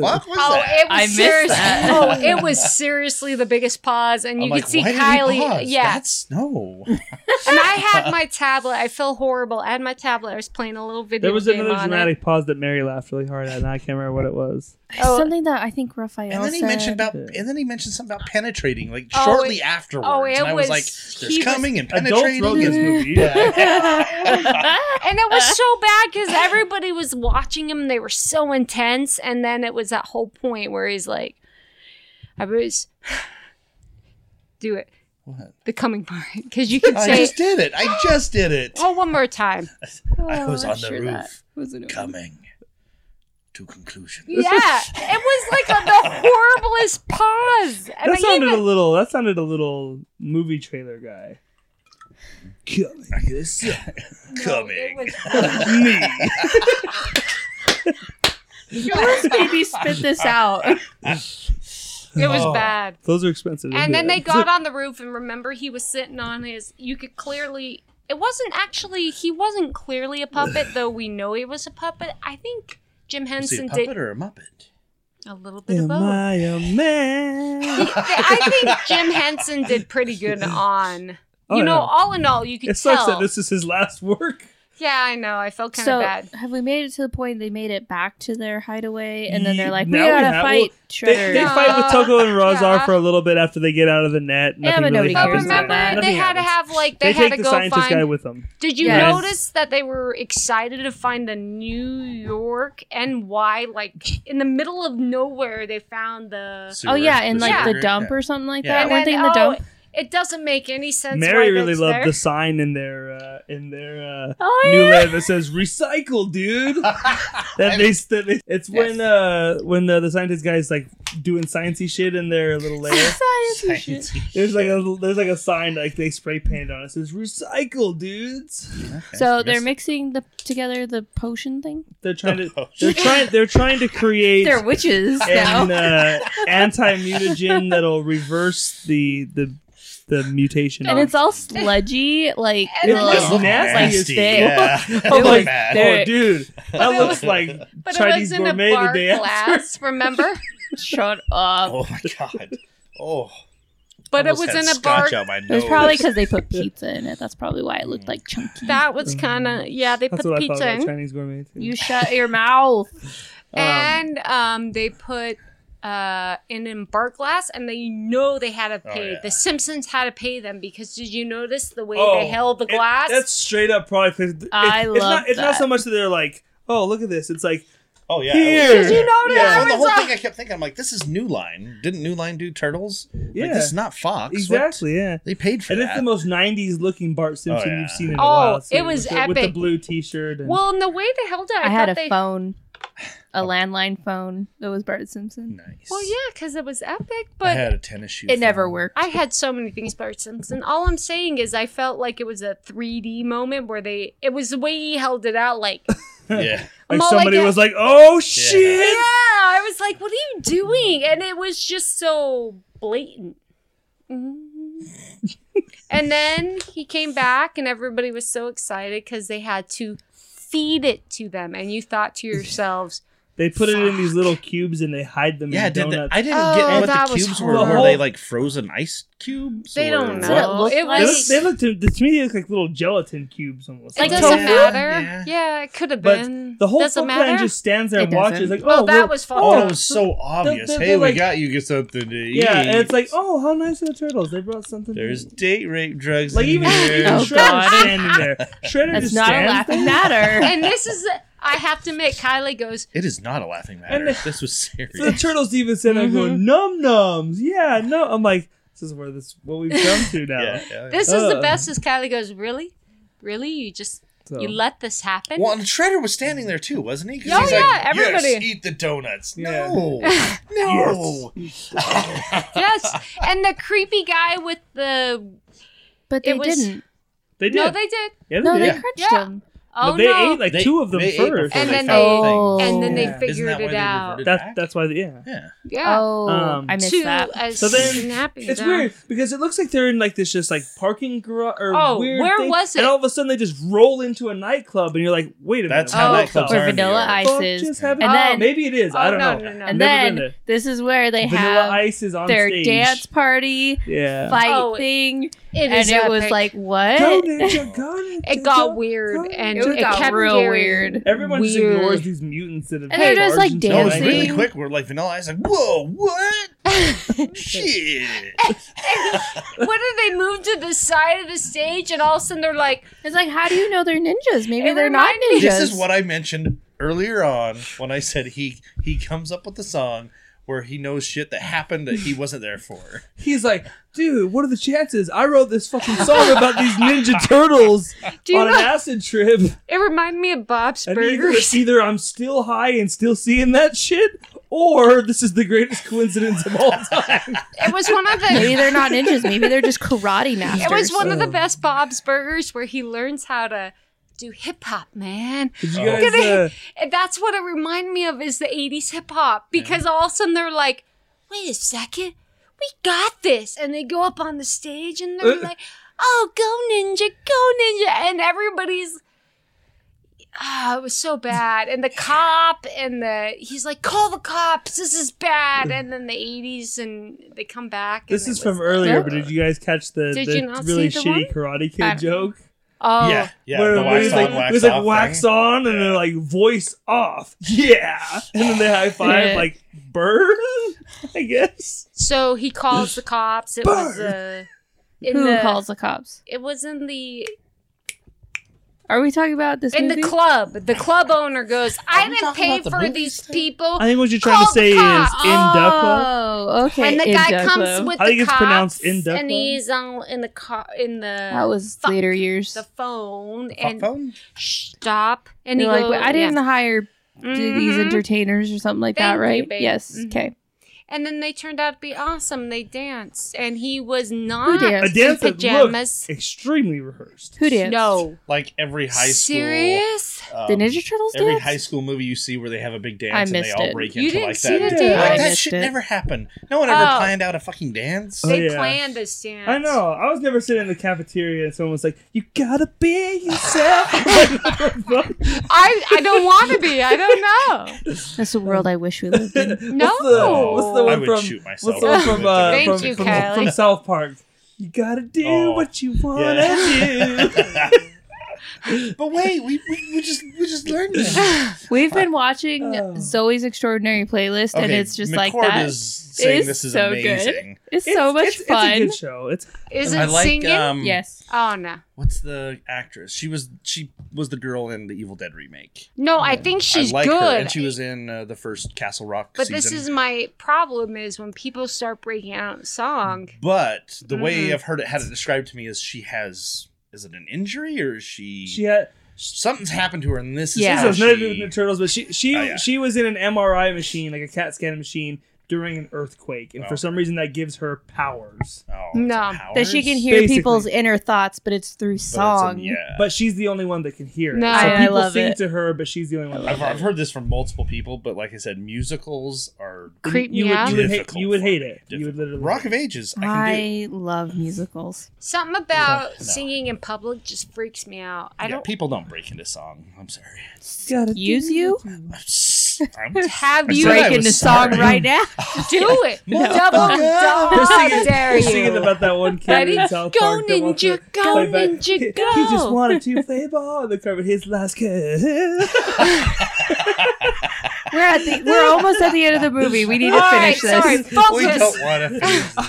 E: fuck was
D: Oh,
E: that?"
D: it was
C: I missed
D: seriously.
C: that.
D: Oh, it was seriously the biggest pause, and you
E: I'm
D: could
E: like,
D: see
E: "Why did he
D: Kylie.
E: pause?
D: Yeah,
E: that's no.
D: and I had my tablet. I feel horrible. I had my tablet. I was playing a little video
B: There was
D: game
B: another
D: on
B: dramatic pause that Mary laughed really hard at, and I can't remember what it was.
D: Oh.
C: Something that I think Raphael
E: And then he
C: said.
E: mentioned about,
B: Yeah.
E: and then he mentioned something about penetrating, like
D: Oh,
E: shortly
D: it-
E: afterwards.
D: oh, it
E: and I was,
D: was-
E: like,
D: he
E: "There's
D: was-
E: coming and
B: Adults
E: penetrating."
B: wrote this
E: and-
B: movie.
D: it, and it was so bad because everybody was watching him. They were so intense, and then it was that whole point where he's like, "I was do it."
E: What?
D: The coming part because you can
E: I
D: Mm-hmm. say,
E: just did it. I just did it.
D: "Oh, one more time." Oh,
E: I was on the roof
C: was it
E: coming to conclusions.
D: Yeah, it was like a, the horriblest pause. And
B: That
D: I
B: sounded a
D: even,
B: little. That sounded a little movie trailer guy. Coming this
E: coming.
D: No, it was-
B: me.
C: Maybe spit this out.
D: it was
E: Oh.
D: bad.
B: Those are expensive.
D: And then they got on the roof, and remember, he was sitting on his. You could clearly. It wasn't actually. He wasn't clearly a puppet, though we know he was a puppet. I think Jim
E: Was he a
D: Henson
E: puppet
D: did
E: or a muppet?
D: a little bit of
B: Am
D: both.
B: I a man?
D: I think Jim Henson did pretty good on.
B: Oh,
D: you know,
B: yeah.
D: all in all, you could
B: It sucks
D: tell.
B: that this is his last work.
D: yeah, I know. I felt kind of
C: so
D: bad.
C: have we made it to the point they made it back to their hideaway and then
B: Ye-
C: they're like, we
B: now we
C: gotta
B: have-
C: fight
B: well, They,
C: Shredder.
B: they
D: No.
B: fight with Toko and Razar
D: Yeah.
B: for a little bit after they get out of the net.
C: Yeah,
B: Nothing
C: but
B: really
C: nobody
D: But
B: happens
C: cares
B: to
C: about
D: remember,
B: them.
C: that.
D: they
B: Nothing
D: had to
B: happens.
D: have like
B: They
D: they,
B: take
D: had to
B: the
D: go
B: scientist guy
D: find.
B: with them.
D: Did you
C: Yes.
D: notice that they were excited to find a New York and why? Like in the middle of nowhere, they found the
C: Oh yeah, in
E: The
C: like the
E: sewer,
C: dump
E: yeah.
C: or something like
E: Yeah.
C: that.
D: And
C: Weren't they
D: then-
C: in the
D: oh,
C: dump?
D: It doesn't make any sense.
B: Mary
D: why
B: really
D: that's
B: loved
D: there.
B: the sign in their uh, in their uh,
C: Oh
B: new
C: yeah.
B: land that says "Recycle, dude." That they, that they it's when uh when the, the scientist guy's like doing sciencey shit in their little lair.
C: Science shit.
E: Science.
B: There's like a there's like a sign like they spray painted on it says "Recycle, dudes."
E: Okay.
C: So they're
E: Yes.
C: mixing the together the potion thing.
B: They're trying to they're trying they're trying to create
C: They're witches now.
B: an uh, anti mutagen that'll reverse the the the mutation.
C: and it's all sludgy, like
D: And
B: It
D: then
C: little-
E: That
B: looks
E: looked
B: nasty
C: like
B: as
E: nasty.
C: thick.
E: Yeah. That
B: Oh,
E: looked
B: like,
E: bad.
B: oh, dude, that looks like
D: But
B: Chinese
D: it was in
B: gourmet
D: a bar
B: the day after.
D: class, remember?
C: Shut up.
E: Oh my god. Oh.
D: But it
E: almost
D: was
E: had
D: in a bar.
E: scotch Out my nose.
C: It was probably because they put pizza in it. That's probably why it looked like chunky.
D: That was kind of yeah. They
B: That's
D: put
B: what I thought
D: pizza
B: about
D: in,
B: Chinese gourmet. Too.
C: you shut your mouth.
D: and um, they put uh an in bar glass, and they know they had to
E: Oh,
D: pay.
E: yeah.
D: The Simpsons had to pay them because did you notice the way
B: Oh,
D: they held the
B: It-
D: glass?
B: that's straight up probably. 'cause it-
C: I
B: it's
C: love
B: not, It's not so
C: that.
B: much that they're like, oh, look at this. It's like
E: Oh yeah.
B: Here. Did you
D: notice
E: Yeah.
D: I
E: Well, the
D: was
E: whole
D: on-
E: thing I kept thinking, I'm like, this is New Line. Didn't New Line do Turtles?
B: yeah,
E: Like, this is not Fox. What-
B: exactly, yeah.
E: They paid for
B: And it's
E: that.
B: the most '90s looking Bart Simpson
E: yeah.
B: you've seen in a
D: Oh,
B: while.
D: it
B: too,
D: was
B: with the, with the
D: epic.
B: blue T-shirt. And,
D: well, and the way they held it, I,
C: I, had
D: thought
C: a
D: they.
C: phone,
E: Oh.
C: a landline phone that was Bart Simpson.
E: nice.
D: Well, yeah, because it was epic,
E: I
D: but
E: had a tennis shoe.
C: It never
E: phone.
C: worked.
D: I had so many things Bart Simpson. All I'm saying is I felt like it was a 3D moment where they it was the way he held it out like Yeah,
E: Yeah.
B: like
D: Mo, like
B: somebody
D: a-
B: was like, "Oh shit!"
D: I was like, what are you doing? And it was just so blatant. Mm. and then he came back and everybody was so excited cuz they had to feed it to them and you thought to yourselves,
B: They put it in these little cubes and they hide them
E: Yeah,
B: in
E: did
B: donuts.
E: the, I didn't
D: Oh,
E: get
D: that
E: what the
D: was
E: cubes were. Were
B: horrible.
E: they like frozen ice cubes?
D: they
E: or
D: don't
E: what?
C: what it
D: know.
C: looked
D: It
C: like?
B: They
D: was
B: look, they look to, to me they look like little gelatin cubes almost.
D: it
C: like
D: doesn't
C: tofu?
D: matter.
E: Yeah.
D: Yeah. it could have
B: But
D: been.
B: the whole
D: doesn't
B: fucking
D: matter.
B: man just stands there and
C: It
B: watches.
C: doesn't.
B: Like,
D: Well,
B: oh,
D: that
B: well-
D: was fun.
E: Oh,
B: oh,
E: it was so obvious.
B: they're-
E: hey,
B: they're
E: we
B: like-
E: got you get something to eat.
B: yeah. And it's like, oh, how nice of the turtles. They brought something.
E: there's date rape drugs.
B: like
E: in
B: even,
E: here.
B: even
C: Oh,
B: Shredder's
C: God.
B: standing there. Shredder
C: That's
B: just
C: not a
B: stands
C: laughing
B: there.
C: matter.
D: and this is I have to admit, Kylie goes,
E: It is not a laughing matter.
B: And the-
E: this was
B: So the
E: serious.
B: turtles even said, "I go num nums." Yeah, no. I'm like, this is where this what we've come to now.
E: Yeah, yeah, yeah.
D: This is the
B: Uh.
D: best as Kylie goes, Really? Really? You just
B: So,
D: you let this happen?
E: Well, and Shredder was standing there too, wasn't he? 'Cause
D: Oh,
E: he's
D: yeah,
E: like, Yes,
D: everybody.
E: eat the donuts.
B: Yeah.
E: No, no.
D: yes. And the creepy guy with the
C: But they
D: It was-
C: didn't.
B: they did.
D: No, they did.
B: yeah, they
C: No, they
B: did.
E: Yeah.
C: crunched
D: Yeah.
C: him.
D: Oh
B: but they
D: no.
B: ate like
E: They-
B: two of them
E: they ate
B: first.
E: before
D: And
E: they
D: then
E: found the thing.
C: Oh.
D: and then they
B: Yeah.
E: Isn't
D: figured
E: that why
D: it
E: they
D: out.
E: reverted
B: That,
E: back?
B: that's why. Yeah.
E: Yeah.
D: Yeah.
C: Oh,
B: Um,
C: I missed
D: to
C: that.
D: a
B: So then-
D: snapping
B: It's
D: down.
B: weird because it looks like they're in like this just like parking garage or
D: Oh,
B: weird
D: where
B: thing,
D: was
B: And
D: it?
B: all of a sudden they just roll into a nightclub and you're like, wait a
E: That's
B: minute,
E: how
D: Oh,
B: what
E: nightclubs
B: the
E: are.
B: fuck
E: in New
C: Verdilla
E: York.
C: Ice is.
B: just happened?
C: And then-
B: maybe it is.
D: Oh,
B: I don't
D: no,
B: know.
D: no, no.
B: Never been
C: And then
B: there.
C: this is where they
B: Vanilla
C: have
B: Ice is on
C: their
B: stage.
C: dance party
B: Yeah.
C: fight
D: Oh, it-
C: thing,
D: It
C: and
D: is
C: it was
D: epic.
C: like what?
B: Go, ninja, go, ninja,
D: it got
B: go,
D: weird
B: go,
D: and
C: It
D: it,
B: ninja,
C: got
D: kept
C: real
D: getting
C: weird.
B: Everyone just
D: weird.
B: ignores these mutants that have
C: And they're just, like,
E: No, it was really
C: Dancing.
E: quick. We're like Vanilla Ice, like, whoa, what? Shit.
D: what did they move to the side of the stage and all of a sudden they're like
C: It's like, how do you know they're ninjas? Maybe
D: It
C: they're not
D: reminded
C: ninjas.
D: me-
E: this is what I mentioned earlier on when I said he he comes up with a song where he knows shit that happened that he wasn't there for.
B: He's like, dude, what are the chances? I wrote this fucking song about these Ninja Turtles
D: Do you
B: on an
D: know-
B: acid trip.
D: it reminded me of Bob's
B: And either,
D: Burgers.
B: either I'm still high and still seeing that shit, or this is the greatest coincidence of all time.
D: It was one of the
C: Maybe they're not ninjas. Maybe they're just karate masters.
D: It was one of the
B: Oh.
D: best Bob's Burgers where he learns how to do hip hop, man.
B: Did you
E: Oh.
B: guys? Uh,
D: And that's what it reminded me of is the 80s hip hop because all of a sudden they're like, wait a second, we got this. And they go up on the stage and they're
B: Uh.
D: like, oh, go ninja, go ninja. And everybody's. Ah, it was so bad. And the cop and the he's like, call the cops. This is bad. And then the 80s and they come back. and
B: Uh. this
D: it
B: is
D: was-
B: from earlier, but did you guys catch the,
D: Did
B: the
D: you not
B: really
D: see the
B: shitty Karate Kid
C: I don't-
B: joke?
D: Oh,
E: yeah, yeah.
B: where
E: the
B: it
E: wax
B: was
E: on,
B: like,
E: wax
B: it was like
E: off
B: wax
E: thing.
B: on, and then like voice off, yeah, and then they high five
C: Yeah.
B: like bird, I guess.
D: So he calls the cops. It was uh, in
C: Who
D: the,
C: calls the cops?
D: It was in the.
C: Are we talking about this
D: In the
C: movie?
D: club, the club owner goes, "I
E: we
D: didn't
E: talking
D: pay
E: about the
D: for
E: movie
D: these
E: still?
D: people."
B: I think what you're trying to
D: Call the
B: say is
D: cops.
B: inductable.
C: Oh, okay.
D: and the
C: in
D: guy
C: Ducklow.
D: comes with
B: I think
D: the
B: it's pronounced
D: cops,
B: Inductable.
D: and he's on in the car in the
C: That was
D: fuck
C: later years.
D: the phone
E: Fuck
D: and
E: phone.
D: stop. And
C: And
D: he
C: you're like,
D: goes,
C: "Wait, I didn't hire
D: yeah.
C: th- these
D: Mhm.
C: entertainers or something like
D: Thank
C: that,
D: you,
C: right?
D: babe.
C: yes.
D: Mhm.
C: Okay.
D: and then they turned out to be awesome. They danced, and he was not
C: danced?
B: A
D: in
B: dance that
D: pajamas.
B: looked extremely rehearsed.
C: Who danced?
D: No,
E: Like every high school.
D: serious.
E: um,
C: The Ninja Turtles
E: Every
C: dance?
E: high school movie you see where they have a big dance
C: I
E: and they
C: missed
E: all
C: it.
E: break
D: You
E: into
D: didn't
E: like
D: see
E: that.
D: the
E: Like,
D: dance?
B: I
E: that
C: missed
E: shit
C: it.
E: never happened. No one ever
D: Oh.
E: planned out a fucking dance.
B: Oh,
D: They
B: yeah.
D: planned this dance.
B: I know. I was never sitting in the cafeteria and someone was like, "You gotta be yourself." What's
D: I I don't want to be. I don't know.
C: That's the world I wish we lived in.
B: the-
D: No.
B: what's the
E: I
B: one
E: would
B: from?
E: shoot myself.
B: What's the one from? Uh,
D: Thank
B: from,
D: you,
B: from,
D: Kylie.
B: from South Park. You gotta do
E: Oh,
B: what you wanna do.
E: but wait, we, we, we just we just learned that.
C: We've been watching
B: Oh.
C: Zoe's Extraordinary Playlist, and it's just like
E: McCord
C: that.
E: is saying
C: is
E: this is
C: so good.
E: amazing.
C: it's
B: It's-
C: so much
B: it's,
C: fun.
B: It's a good show. It's
D: Is
E: I
D: it
E: like
D: singing?
E: um
C: yes.
D: oh no,
E: what's the actress? She was she was the girl in the Evil Dead remake.
D: no. I think she's
E: I like
D: good.
E: her and she was in uh, the first Castle Rock
D: But
E: season.
D: this is my problem is when people start breaking out in song.
E: But the way
B: Mm-hmm.
D: Mm.
E: I've heard it had it described to me is she has is it an injury or is she,
B: she had
E: something's happened to her and this
C: Yeah.
B: This has
E: is how
B: nothing to do with
E: she-
B: the turtles, but she she
E: Oh, yeah.
B: she was in an MRI machine, like a CAT scan machine, during an earthquake, and for
E: Oh.
B: some reason that gives her powers.
E: oh,
D: No.
E: it's
C: That she can
E: powers?
C: hear
B: Basically.
C: people's inner thoughts, but it's through
E: But it's
C: song.
E: in- yeah.
B: But she's the only one that can hear it.
D: No.
B: so
D: I-
C: I
B: people
C: love
B: sing
C: it.
B: to her, but she's the only one. that
E: I've,
B: can hear
E: I've heard this from multiple people, but like I said, musicals are
B: it.
D: Creep
B: you
D: me
B: would,
D: out.
B: You would hate,
E: Difficult
B: you would
E: for
B: hate
E: me.
B: it. You would
E: Difficult.
B: literally.
E: Rock of Ages. I can do.
C: I love musicals.
D: Something about
E: No.
D: singing in public just freaks me out. I
E: yeah,
D: don't
E: people don't break into song. I'm sorry.
B: Gotta
C: Use
B: do
C: you?
B: what you-
E: I'm
D: have
E: I
D: you
E: said I
C: Break
E: was
C: into
E: sorry. Oh,
C: song right now.
D: do it.
E: No.
D: Double
B: They're
D: dog
B: singing,
D: dare
B: they're
D: you.
B: singing about that one kid
D: Ready?
B: in South
D: Go
B: Park. that wants to
D: ninja, go
B: play back-
D: ninja,
B: he,
D: go.
B: He just wanted to play ball in the cover. His last kiss.
C: We're at the we're almost at the end of the movie. We need to
D: All right,
C: finish this.
D: sorry,
E: We
D: focus.
E: don't want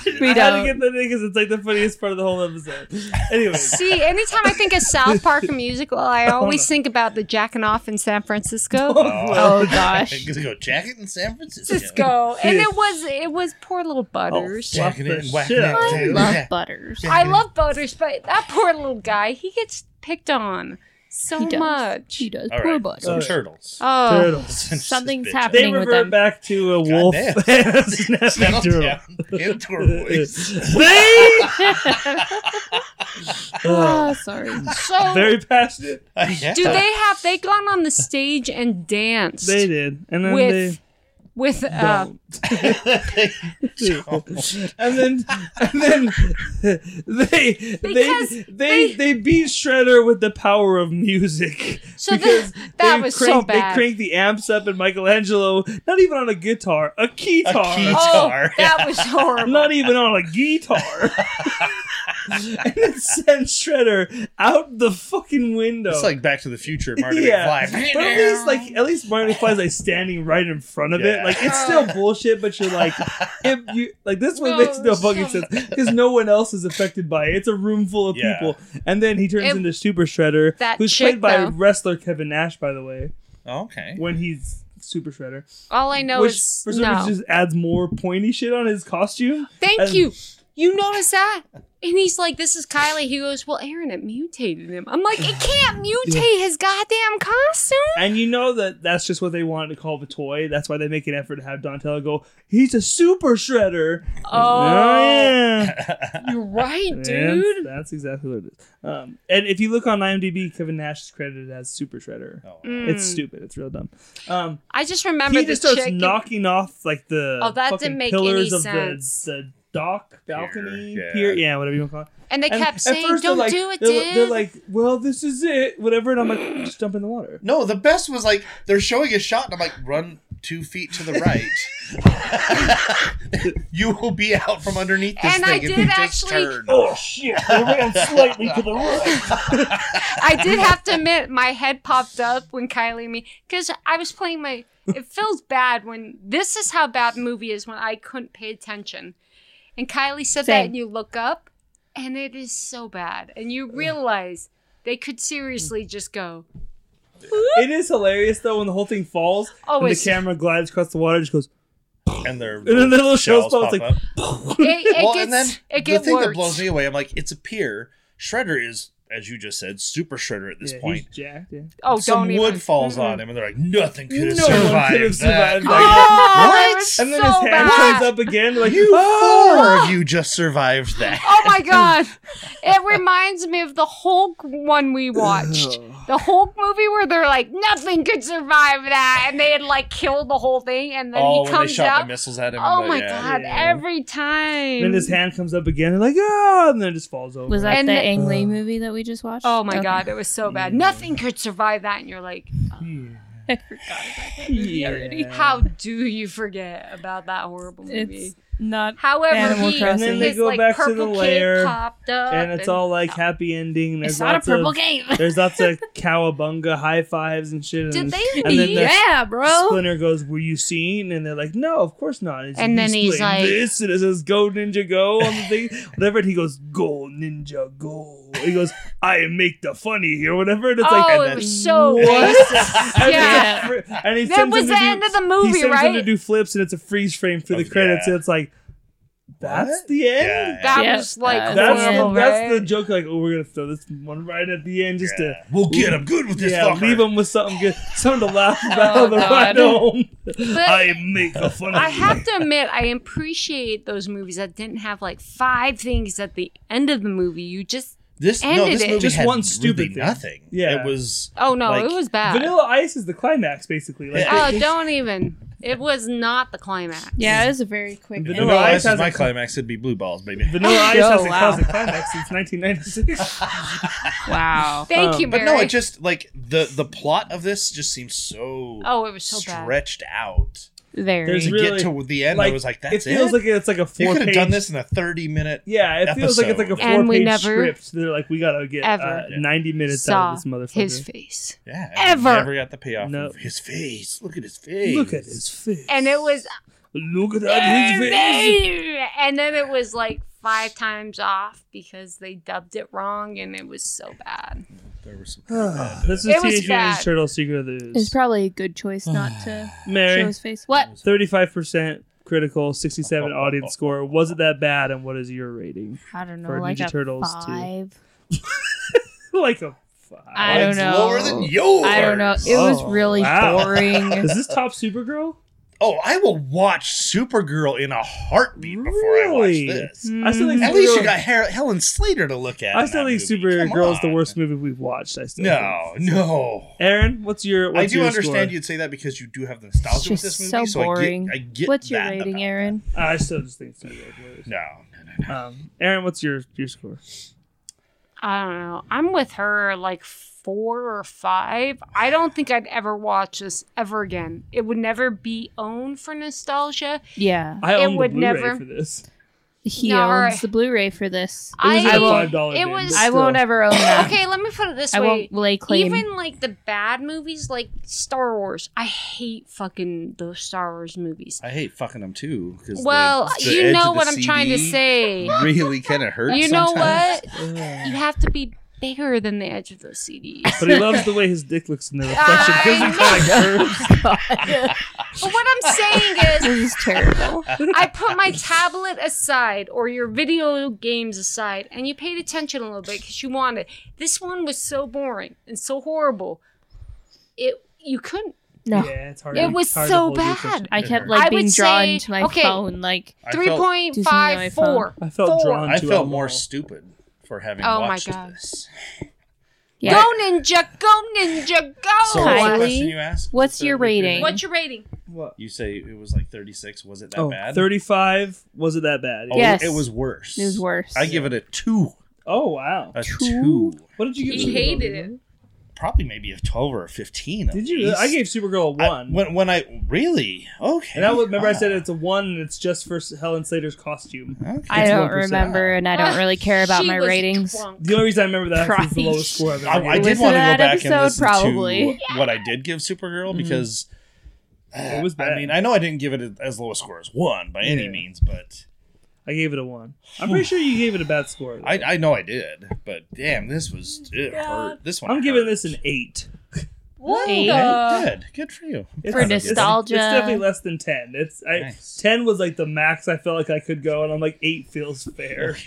E: to.
C: We
B: I had to
C: don't.
B: get that in because it's like the funniest part of the whole episode. Anyway,
D: See, anytime I think of South Park musical, I always
B: no.
D: think about the jacking off in San Francisco.
C: Oh gosh.
E: Gonna go jacket in San Francisco.
D: Francisco, and it was it was poor little
B: Oh,
D: Butters.
B: Fuck
E: Jacking it
B: the
E: and whacking
B: shit out of
E: it.
C: I
E: Yeah.
C: love butters.
D: I love Butters, but that poor little guy, he gets picked on so
C: He does.
D: much.
C: She does.
E: All
C: Poor
E: right,
C: butters.
E: so
B: Alright.
E: turtles.
D: Oh,
B: Turtles.
E: Since
C: Something's
E: this bitch-
C: happening.
B: They
C: Happening with
B: revert
C: them.
B: back to a wolf
E: damn.
B: and a snapping
E: Settle
B: turtle.
E: down. Into her voice.
B: They
C: oh, sorry.
D: so
B: very passionate.
E: Yeah.
D: do they have they gone on the stage and danced
B: They did, and then
D: with with uh,
B: they, and then, and then they,
D: Because
B: they, they, they beat Shredder with the power of music.
D: so
B: Because
D: this, that
B: they
D: was so
B: cranked,
D: bad.
B: They cranked the amps up, and Michelangelo, not even on a guitar, a guitar.
E: key-
D: oh,
E: guitar.
D: that was horrible.
B: not even on a guitar. and then send Shredder out the fucking window.
E: It's like Back to the Future, Marty
B: Yeah.
E: McFly.
B: But at least like at least Marty McFly's like standing right in front of it.
E: Yeah.
B: Like it's still bullshit, but you're like, if you like this one
D: No,
B: makes no fucking
D: shut
B: sense because no one else is affected by it. It's a room full of
E: Yeah.
B: people, and then he turns
D: It-
B: into Super Shredder,
D: That
B: who's
D: chick,
B: played by
D: though.
B: wrestler Kevin Nash, by the way,
E: Oh, okay.
B: when he's Super Shredder,
D: All I know
B: which
D: is
B: for some
D: no.
B: reason just adds more pointy shit on his costume.
D: Thank
B: and-
D: you. You notice that? And he's like, "This is Kylie." He goes, "Well, Aaron, it mutated him." I'm like, "It can't mutate his goddamn costume."
B: And you know that that's just what they wanted to call the toy. That's why they make an effort to have Donatello go, he's a super shredder.
D: Oh,
B: yeah.
D: you're right,
B: That's-
D: dude.
B: That's exactly what it is. Um, and if you look on IMDb, Kevin Nash is credited as super shredder.
E: Oh.
D: Mm.
B: It's stupid. It's real dumb. Um,
D: I just remember
B: he
D: the
B: just starts
D: chick.
B: knocking off like the
D: Oh, that
B: fucking
D: didn't make any
B: pillars of
D: sense.
B: the the dock balcony
E: Pier, yeah.
B: pier, yeah, whatever you want to call it.
D: and they
B: And
D: kept
B: at
D: saying,
B: first they're
D: "Don't
B: like-
D: do it,
B: they're,
D: dude."
B: They're like, "Well, this is it, whatever," and I'm like, "Just dump in the water."
E: No, the best was like they're showing a shot, and I'm like, run two feet to the right. you will be out from underneath this
D: And
E: thing
D: I
E: if
D: did
E: you just
D: actually-
E: turn.
B: Oh shit! I ran slightly to the right.
D: I did have to admit, my head popped up when Kylie and me, because I was playing my. It feels bad when this is how bad the movie is when I couldn't pay attention, and Kylie said that,
C: Same.
D: and you look up, and it is so bad, and you realize They could seriously just go.
B: It is hilarious though when the whole thing falls
D: Oh,
B: and the
D: it's-
B: camera glides across the water, just goes
E: and their
B: then the little
E: shells
B: shells pop
E: pop
B: like-
D: It,
E: up.
D: it
E: well,
D: gets
E: and then
D: it
E: the
D: gets
E: thing
D: worse.
E: that blows me away, I'm like, it's a pier. Shredder is, as you just said, super Shredder at this
B: yeah,
E: point.
B: He's jacked, yeah.
D: oh,
E: Some
D: don't even.
E: wood falls
D: Mm-mm.
E: on him, and they're like, nothing could have
B: No one
E: survived.
B: could have
E: that.
B: survived
D: Oh,
B: like that.
D: that
E: What?
D: was
B: And then
D: so
B: his hand
D: bad.
B: comes up again, like
E: You
B: "Oh!"
E: four of you just survived that.
D: Oh my god! It reminds me of the Hulk one we watched. The Hulk movie where they're like, nothing could survive that, and they had like killed the whole thing, and then
E: oh,
D: he
E: when they
D: comes
E: shot the
D: out.
E: missiles at him.
D: Oh
E: but
D: my
E: yeah.
D: god!
B: Yeah.
D: Every time.
B: And then his hand comes up again, and like ah, and Uh. then it just falls over.
C: Was that
D: And
C: the
D: the-
C: Ang Lee movie that we just watched?
D: Oh my
C: Okay.
D: god! It was so
B: Mm.
D: bad. Nothing could survive that, and you're like,
B: Yeah.
C: I forgot about that movie already.
B: Yeah.
D: how do you forget about that horrible movie?
C: It's not.
D: However,
C: Animal
D: he,
C: Crossing. And
D: his,
C: then
B: they go
D: like,
B: back to
D: purple
B: the
D: kid
B: lair,
D: popped up,
B: and it's all like happy ending. There's
D: It's not a
B: lots
D: purple
B: of,
D: game.
B: There's lots of cowabunga high fives and shit.
D: Did
B: and,
D: they
B: and then the
C: yeah, bro.
B: Splinter goes, "Were you seen?" And they're like, "No, of course not." It's
D: And
B: you
D: then he's
B: explain
D: like-
B: "This," and it says, "Go Ninja Go" on the thing, whatever. And he goes, "Go Ninja Go." He goes, "I make the funny" or whatever. And it's like,
D: oh,
B: and
D: it
B: then-
D: was so
B: What?
D: racist.
B: And it's a
D: yeah.
B: fr- and he
D: That
B: sends
D: was
B: him
D: the
B: to do-
D: end of the
B: he
D: movie,
B: sends him to
D: right?
B: do flips, and it's a freeze frame for
E: Oh,
B: the credits,
E: yeah.
B: and it's like, that's
E: What?
B: the end.
E: Yeah,
D: That
C: Yeah.
D: was like
C: That's-
B: That's, the,
D: horrible,
B: that's
D: right?
B: the joke. Like, oh, we're gonna throw this one right at the end just to
E: yeah. We'll get him good with this
B: yeah,
E: fucker.
B: leave him with something good, something to laugh about
C: Oh,
B: on the ride
C: God.
B: home.
D: But-
B: I make a funny.
D: I have to admit, I appreciate those movies that didn't have like five things at the end of the movie. You just
E: This no,
D: ended
E: this
D: it.
E: movie
B: Just
E: had
B: one stupid
E: really
B: thing.
E: nothing.
B: Yeah.
E: it was.
D: oh no,
E: Like,
D: it was bad.
B: Vanilla Ice is the climax, basically. Like,
E: Yeah.
D: oh, don't even. It was not the climax.
C: Yeah, it was a very quick.
B: Vanilla
E: No,
B: Ice
E: this
B: has
E: is my
B: a-
E: climax. It'd be blue balls, baby.
B: Vanilla Ice
C: Oh,
B: hasn't
C: wow.
B: caused a climax since 1996.
C: Wow.
D: Thank
B: Um,
D: you,
E: But
D: Barry.
E: no, it just like the the plot of this just seems so
D: oh, it was so bad.
E: stretched out.
C: There.
B: There's
E: To
B: really-
E: get to the end, I was like, "That's
B: it feels
E: it."
B: like it's like a
E: you
B: four
E: could have
B: page.
E: done this in a thirty minute.
B: Yeah, it feels like it's like a
E: episode.
B: four
D: And we
B: page
D: never,
B: script. They're like, we gotta get uh,
D: ever
B: 90 minutes out
D: Saw
B: of this motherfucker.
D: his face,
E: Yeah,
D: Ever.
E: I never got the payoff.
B: No.
E: Of his face. Look at his face.
B: Look at his face.
D: and it was
B: Look at that his face.
D: and then it was like five times off because they dubbed it wrong, and it was so bad.
E: There were some.
B: Ah, this is
D: It was
B: Teenage Mutant Ninja
D: bad.
B: Turtles Secret of the
C: It's
B: Ooze.
C: probably a good choice not to show
B: Mary,
C: his face.
D: What?
B: 35% critical, 67 audience score. Was it that bad? And what is your rating?
C: I don't know.
B: For
C: like
B: Ninja
C: a
B: Turtles too.
C: five.
B: like a five.
C: I don't
E: Mine's
C: know.
E: Lower than yours.
C: I don't know. It
B: Oh,
C: was really
B: wow.
C: boring.
B: Is this top Supergirl?
E: Oh, I will watch Supergirl in a heartbeat before I watch
B: Really?
E: this.
C: Mm-hmm.
B: I still think
E: At least you
B: Supergirl-
E: got Har- Helen Slater to look at.
B: I
E: in
B: still
E: that
B: think
E: movie.
B: Supergirl is the
E: Come on.
B: worst movie we've watched. I still
E: No,
B: think.
E: no.
B: Aaron, what's your? What's
E: I do
B: your
E: understand
B: score?
E: you'd say that because you do have the nostalgia with
C: just
E: this movie.
C: so
E: So,
C: boring.
E: I get, I get
C: What's your
E: that
C: rating,
E: about-
C: Aaron?
B: I still just think Supergirl's worse.
E: No, no, no, no.
B: Um, Aaron, what's your your score?
D: I don't know. I'm with her like four or five. I don't think I'd ever watch this ever again. It would never be owned for nostalgia.
C: Yeah.
B: I
D: It
B: own the
D: would
B: Blu-ray
D: never-
B: for this.
C: He
D: No,
C: owns
D: alright.
C: the Blu-ray for this.
B: was
D: I
B: like a
D: will-
B: $5
D: It
B: bin,
D: was.
B: but
C: I won't
B: still.
C: ever own that.
D: okay, let me put it this
C: I
D: way.
C: won't lay claim.
D: Even like the bad movies, like Star Wars. I hate fucking those Star Wars movies.
E: I hate fucking them too. Cause the-
D: Well,
E: the edge
D: you
E: of
D: know
E: the
D: what I'm trying to
E: CD
D: say.
E: Really kind of hurts.
D: You know
E: sometimes.
D: what? You have to be bigger than the edge of those CDs.
B: But he loves the way his dick looks in the reflection
D: I
B: because he kind of curves.
D: But what I'm saying is,
C: this is terrible.
D: I put my tablet aside or your video games aside, and you paid attention a little bit because you wanted. This one was so boring and so horrible. It you couldn't.
C: No.
B: Yeah, it's hard.
D: It
B: to-
D: was
B: it's hard
D: so
B: to hold your
D: bad.
B: attention.
C: I kept
D: I
C: like being
D: would
C: drawn
D: say-
C: to my
D: okay.
C: phone. Like
E: I
D: Three
E: felt-
D: point
C: Disney
D: five four.
B: I felt
D: Four.
B: drawn.
E: I
B: to
E: felt
B: it
E: more
B: all.
E: stupid for having
D: Oh my
E: watched
D: God.
E: this.
C: yeah.
D: Go ninja, go ninja, go!
E: So what's the
C: Kylie,
E: question you asked?
C: what's
E: Is it
C: your
E: what you're
C: rating?
E: doing?
D: What's Oh, your rating?
B: What?
E: You say it was like 36. Was it that
B: Oh,
E: bad?
B: 35 was it that bad?
E: Oh,
C: Yes.
E: It was worse.
C: It was worse.
E: I give it a two.
B: Oh wow.
E: A
C: Two?
E: two.
B: What did you give?
D: He
B: Supergirl?
D: hated it.
E: Probably maybe a 12 or a 15. at
B: Did you?
E: least.
B: I gave Supergirl a one.
E: I- when, when I really okay.
B: And I would- remember I said
E: Ah.
B: it's a one, and it's just for Helen Slater's costume.
E: Okay.
C: I
B: It's
C: don't
B: 1%.
C: remember, and I don't really care about
D: She
C: my
D: was
C: ratings.
D: drunk.
B: The only reason I remember that was the
C: Christ.
B: lowest score I've
E: I,
B: ever.
E: I
B: given.
E: did
C: Listen
E: want
C: to
E: to go
C: that
E: back and
C: episode,
E: listen
C: probably.
E: to what I did give Supergirl because
B: Mm-hmm.
E: uh,
B: It was
E: I
B: bad.
E: mean I know I didn't give it as low a score as one by any
B: Yeah.
E: means, but
B: I gave it a one. I'm pretty sure you gave it a bad score. though.
E: I, I know I did, but damn, this was it hurt. This one.
B: I'm giving
E: hurt.
B: this an eight.
D: What
C: Eight.
E: Okay, good, good for you.
B: It's-
C: For
B: it's-
C: nostalgia.
B: It's, definitely less than ten. It's I,
E: Nice.
B: ten was like the max I felt like I could go, and I'm like eight feels fair.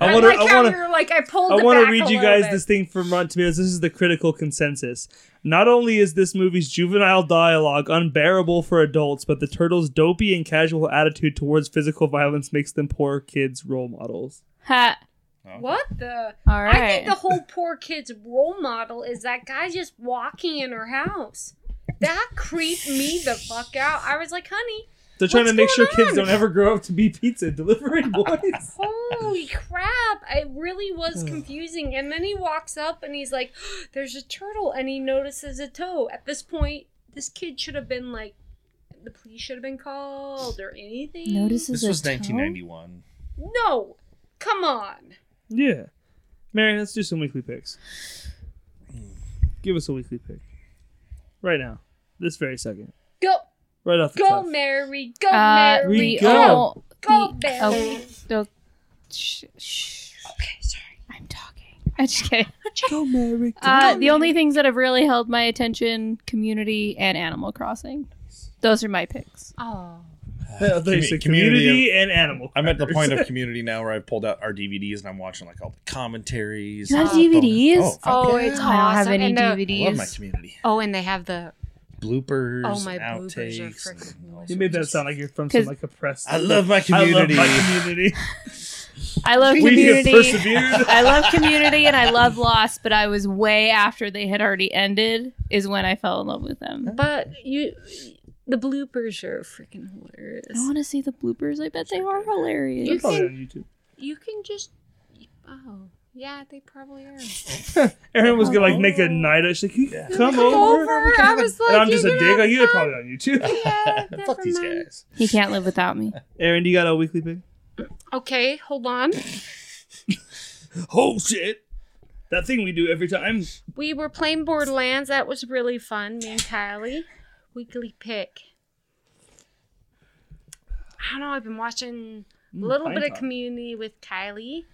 D: I,
B: I want to.
D: like
B: I
D: how
B: want to.
D: you're like I pulled.
B: I
D: want to
B: read you guys this thing from Rotten Tomatoes. This is the critical consensus. Not only is this movie's juvenile dialogue unbearable for adults, but the turtles' dopey and casual attitude towards physical violence makes them poor kids' role models.
C: Ha.
E: Oh.
D: What the?
C: All right.
D: I think the whole poor kid's role model is that guy just walking in her house. That creeped me the fuck out. I was like, honey,
B: They're trying
D: What's
B: to make sure
D: going
B: kids
D: on?
B: don't ever grow up to be pizza delivery boys.
D: holy crap. It really was confusing. And then he walks up and he's like, there's a turtle. And he notices a toe. At this point, this kid should have been like, the police should have been called or anything.
E: This was 1991.
D: No. Come on.
B: yeah, Mary, let's do some weekly picks. Give us a weekly pick right now, this very second,
D: Go,
B: right off the
D: go,
B: top.
D: Mary. Go,
C: Uh,
D: Mary.
B: we
C: we
B: go.
C: go.
D: Go, Mary.
C: Oh, shh, shh.
D: Okay, sorry.
C: I'm talking. I'm just kidding.
B: Go, Mary. Go.
C: Uh, the only things that have really held my attention: Community and Animal Crossing. Those are my picks.
D: Oh.
B: Uh, there's a
E: Commu-
B: community,
E: community
B: and animal.
E: I'm at the
B: crackers.
E: point of community now where I've pulled out our DVDs and I'm watching like all the commentaries.
C: You have
E: Oh,
C: DVDs?
E: Oh, fuck
D: Oh,
E: yeah.
D: it's
C: I don't have
D: awesome.
C: any
D: And the-
E: I love my
C: DVDs.
E: community.
D: Oh, and they have the
E: Bloopers.
D: Oh, my
E: and
D: bloopers are
E: outtakes
D: frickin'
E: and all
B: You made that
E: sorts
B: sound
E: of-
B: like you're from some
C: 'Cause-
B: like oppressed.
E: I love
B: I
E: my
B: love
E: community.
B: my community.
C: I love
B: We have
C: Community.
B: persevered.
C: I love Community and I love Lost, but I was way after they had already ended is when I fell in love with them.
D: But you, the bloopers are freaking
C: I
D: hilarious.
C: want to see the bloopers. I bet they are
B: They're
C: hilarious.
B: probably on YouTube.
D: You can just. Oh, yeah, they probably are.
B: Erin was gonna like make a night. of- She's like, "You
E: Yeah.
B: come
D: Come
B: over,"
D: over. I was like,
B: and I'm
D: you
B: just a
D: can
B: dick.
D: have
B: Like, you're
D: fun.
B: probably on YouTube.
D: Yeah,
E: Fuck
D: never
E: these
D: mind.
E: guys.
C: He can't live without me.
B: Erin, do you got a weekly pick?
D: Okay, hold on.
B: Oh shit! That thing we do every time.
D: We were playing Borderlands. That was really fun. Me and Kylie. Weekly pick. I don't know. I've been watching
E: Mm,
D: a little
B: Pine
D: bit of
B: Top.
D: community with Kylie.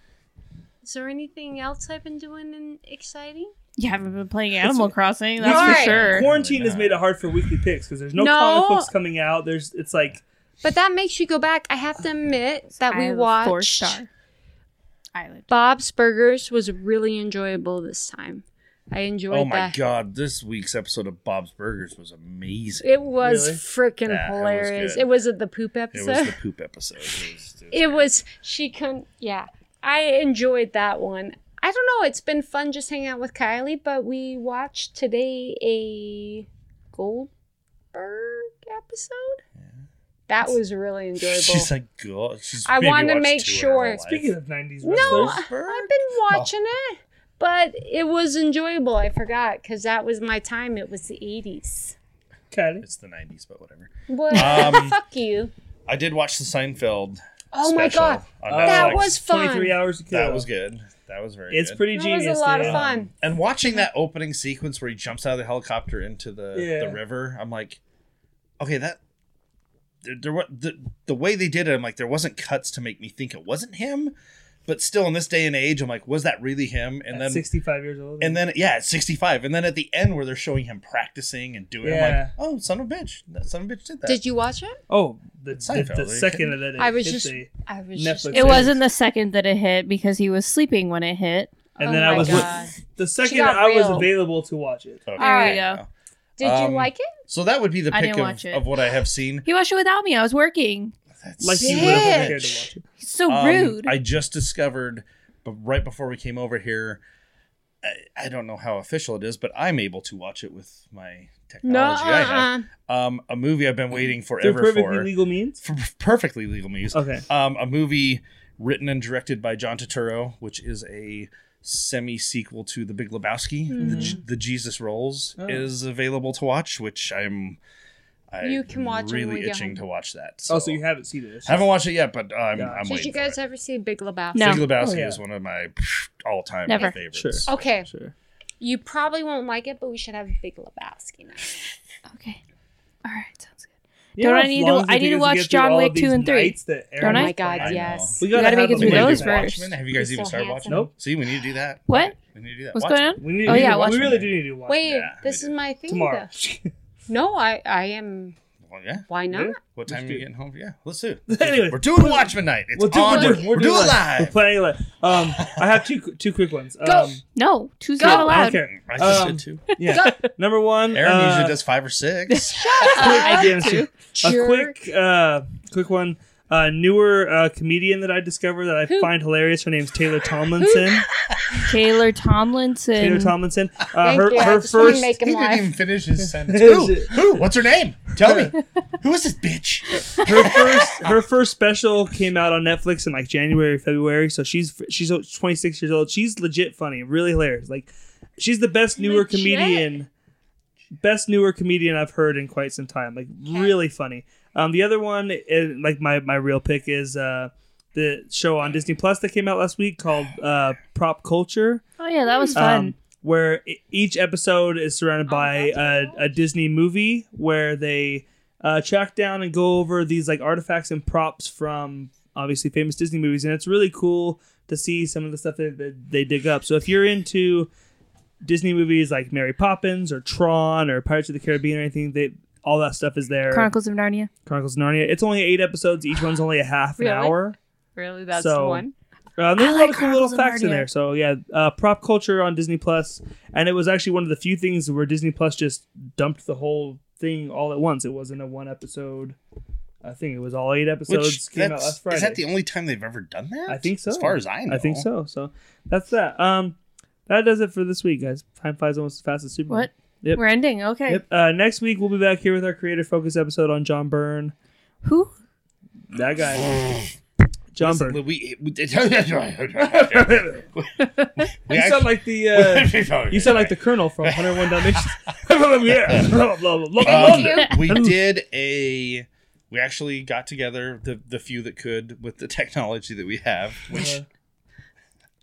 D: Is there anything else I've been doing and exciting?
C: You haven't been playing Animal Crossing, that's
D: Right.
C: for sure.
B: Quarantine has made it hard for weekly picks because there's no,
D: No.
B: comic books coming out. There's it's like
D: But that makes you go back. I have to admit that
C: I
D: we
C: have a
D: watched
C: four star island.
D: Bob's Burgers was really enjoyable this time. I enjoyed
E: Oh my
D: that.
E: god, this week's episode of Bob's Burgers was amazing.
D: It was
B: Really?
D: freaking
E: Yeah, it was
D: hilarious.
E: good.
D: It was at the poop
E: It
D: episode.
E: was the poop episode. It was, it was-
D: it was she couldn't yeah i enjoyed that one i don't know it's been fun just hanging out with kylie but we watched today a goldberg episode that was really enjoyable
E: She's like, God. She's
D: I
E: maybe
D: wanna
E: watched
D: make
E: two in
D: sure-
E: her life.
B: speaking of '90s
D: no
B: wrestlers.
D: I- i've been watching it but it was enjoyable i forgot because that was my time it was the 80s
B: Kylie.
E: it's the 90s, but whatever.
D: what
E: Um,
D: fuck you
E: I did watch the Seinfeld.
D: oh my
E: special
D: god
E: on
B: Oh.
D: that
E: Netflix.
D: was fun
B: 23 hours to kill.
E: that was good. That was very.
B: It's
E: good.
B: pretty
D: that was
B: genius.
D: a lot of
B: dude.
D: fun
E: Um, And watching that opening sequence where he jumps out of the helicopter into the,
B: Yeah.
E: the river, I'm like, okay, that there, there wa- the the way they did it, I'm like, there wasn't cuts to make me think it wasn't him, but still in this day and age, I'm like, was that really him? And
B: At
E: then
B: 65 years old.
E: and then yeah, at 65, and then at the end where they're showing him practicing and doing, I'm
B: Yeah.
E: like, oh, son of a bitch, that son of a bitch did that.
D: did you watch it
B: oh, the, the,
E: Seinfeld,
B: the
E: are you
B: second
E: kidding?
B: of that.
D: I was
B: it's
D: just- Oh
B: a-
D: i was
B: Netflix.
C: It wasn't the second that it hit because he was sleeping when it hit.
B: and
D: Oh
B: then I
D: my
B: was
D: God.
B: the second
D: got
B: I was
D: real.
B: available to watch it.
E: Okay.
C: There
D: Alright.
C: we go.
D: did
E: Um,
D: you like it
E: So that would be the
C: I
E: pick
C: didn't watch
E: of,
C: it.
E: of what I have seen.
C: He watched it without me. I was working.
E: That's
B: Like you
D: Bitch.
B: would have been prepared to watch it.
C: He's so
E: Um,
C: rude.
E: I just discovered, but right before we came over here, I, I don't know how official it is, but I'm able to watch it with my technology. I have um, a movie I've been waiting
B: Through
E: forever
B: perfectly
E: for,
B: legal means.
E: for perfectly legal movies.
B: Okay. Oh,
E: Um, a movie written and directed by John Turturro, which is a semi sequel to The Big Lebowski.
D: Mm-hmm.
E: The, J- the Jesus Rolls
B: Oh.
E: is available to watch, which I'm. I'm
D: You can watch it when we
E: really
D: get
E: itching
D: home.
E: to watch that.
B: Oh, so you haven't seen it.
E: I haven't watched it yet, but uh, I'm,
B: Yeah.
E: I'm
D: Did
E: waiting.
D: you
E: for it.
D: guys ever see Big Lebowski?
C: No.
E: Big Lebowski
B: Oh, yeah.
E: is one of my all time
C: Never.
E: favorites.
B: Sure.
D: Okay,
B: Sure.
D: you probably won't like it, but we should have Big Lebowski now.
C: okay. All right. Sounds good.
B: You know
C: Don't I
B: how
C: need to-
B: long it
C: I need to
B: takes
C: watch
B: get through
C: John
B: all
C: Wick
B: these
C: two and three.
B: nights that Aaron
C: Don't
D: Oh
C: I?
D: my
B: was
D: god,
E: I know.
D: yes.
B: We
C: gotta
B: gotta
C: make
B: have
C: it
B: a
C: through
B: movie.
C: those
E: Watchmen?
C: first.
E: Have you guys
D: He's
E: even
D: so
E: started
D: handsome.
E: watching?
B: Nope.
E: See, we need to do that.
C: What?
E: We need to do that.
C: What's
E: Watchmen.
C: going on?
B: We need.
C: Oh,
B: we
C: yeah,
B: need- we
C: Watchmen.
B: really do need to watch
D: Wait,
E: Yeah,
D: this
E: we
D: is
E: did.
D: my thing.
B: tomorrow.
D: though. No, I I am.
E: Well, yeah.
D: Why not?
E: What
B: Let's
E: time are you
B: do it.
E: getting home? Yeah, let's do it.
B: Anyway.
E: we're doing Watchmen night. It's
B: We'll do
E: on.
B: one.
E: We're, we're doing it
B: We're
E: live.
B: playing it live. Um, I have two two quick ones. Um,
D: Go.
C: No, two's
D: Go.
C: not allowed.
B: Okay.
E: I just
B: Um,
E: did too.
B: Yeah. Number one.
E: Aaron
B: uh,
E: usually does five or six.
B: quick-
C: I
B: yeah,
C: do.
B: sure. a
D: Jerk.
B: quick uh quick one uh newer uh comedian that i discovered that i
D: Who?
B: find hilarious her name's taylor tomlinson
C: Taylor Tomlinson.
B: taylor tomlinson uh
D: Thank
B: her,
D: you. I
B: her
D: just wanna
B: first
D: make
E: he
D: him
E: didn't
D: laugh.
E: even finish his sentence. Who? Who? What's her name? Tell me. Who is this bitch?
B: her first her first special came out on netflix in like january february so she's she's 26 years old she's legit funny really hilarious like she's the best newer
D: Legit?
B: comedian best newer comedian i've heard in quite some time like really funny um the other one is, like my my real pick is uh the show on Disney Plus that came out last week called uh, Prop Culture,
C: Oh yeah, that was fun.
B: um, where e- each episode is surrounded by a, a Disney movie where they uh, track down and go over these like artifacts and props from obviously famous Disney movies, and it's really cool to see some of the stuff that, that they dig up. So if you're into Disney movies like Mary Poppins or Tron or Pirates of the Caribbean or anything, they all that stuff is there.
C: Chronicles of Narnia.
B: Chronicles of Narnia. It's only eight episodes. Each one's only a half an
D: Really?
B: hour.
D: Really, that's
B: So-
D: the one.
B: Uh, there's a
C: I
B: lot
C: like
B: of cool little
C: Chronicles of
B: facts in
C: Narnia.
B: there. So yeah, uh, prop culture on Disney Plus, and it was actually one of the few things where Disney Plus just dumped the whole thing all at once. It wasn't a one episode. I think it was all eight episodes came out
E: that's-
B: last Friday.
E: Is that the only time they've ever done that?
B: I think so.
E: As far as I know.
B: I think so. So that's that. Um, that does it for this week, guys. Time flies almost as fast as Superman.
C: What?
B: Yep.
C: We're ending. Okay.
B: Yep. Uh, next week we'll be back here with our creator focus episode on John Byrne.
C: Who?
B: That guy, John
E: Listen,
B: Byrne.
E: we, we, we
B: You sound
E: actually-
B: like the. Uh, You sound like the Colonel from 101 Dalmatians. yeah. Blah, blah, blah, blah, blah.
E: Um, we did a. We actually got together the the few that could with the technology that we have. Which
B: Uh,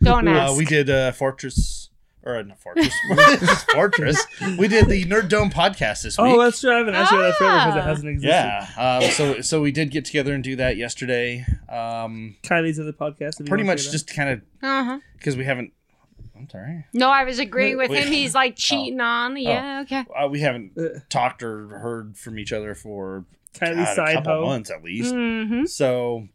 D: Don't
E: uh,
D: ask.
E: we did uh, Fortress or uh, not Fortress Fortress. We did the Nerd Dome podcast this week.
B: Oh, that's true. I haven't asked you that forever because it
D: Ah.
B: hasn't existed.
E: yeah. Um, so so we did get together and do that yesterday. Um,
B: Kylie's other podcast. if you
E: pretty
B: wanna
E: much
B: hear
E: just kind of
D: Uh huh.
E: because we haven't. I'm sorry.
D: No, I was agreeing with
E: Wait.
D: him. He's
B: Oh.
D: like cheating on. Yeah, okay.
E: Uh, we haven't
B: Uh.
E: talked or heard from each other for
B: that.
E: God,
B: Kylie's
E: a
B: side
E: couple
B: hoe.
E: months at least.
D: Mm-hmm.
E: So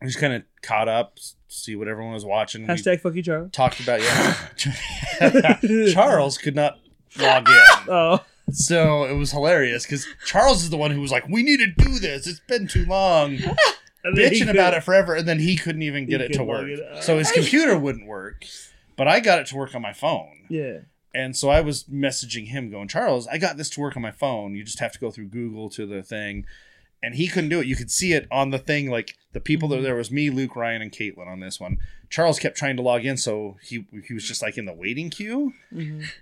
E: we just kind of caught up, s- see what everyone was watching. We
B: Hashtag fuck you, Charles.
E: talked about yeah. Charles could not log in,
B: Oh,
E: so it was hilarious because Charles is the one who was like, "We need to do this. It's been too long,
B: And then he
E: bitching about
B: could-
E: it forever," and then he couldn't even get
B: He
E: it to
B: couldn't log
E: work.
B: it.
E: So his computer wouldn't work, but I got it to work on my phone.
B: Yeah.
E: And so I was messaging him, going, Charles, I got this to work on my phone. You just have to go through Google to the thing. And he couldn't do it. You could see it on the thing. Like the people
B: Mm-hmm.
E: that there was me, Luke, Ryan, and Caitlin on this one. Charles kept trying to log in, so he he was just like in the waiting queue.
B: Mm-hmm.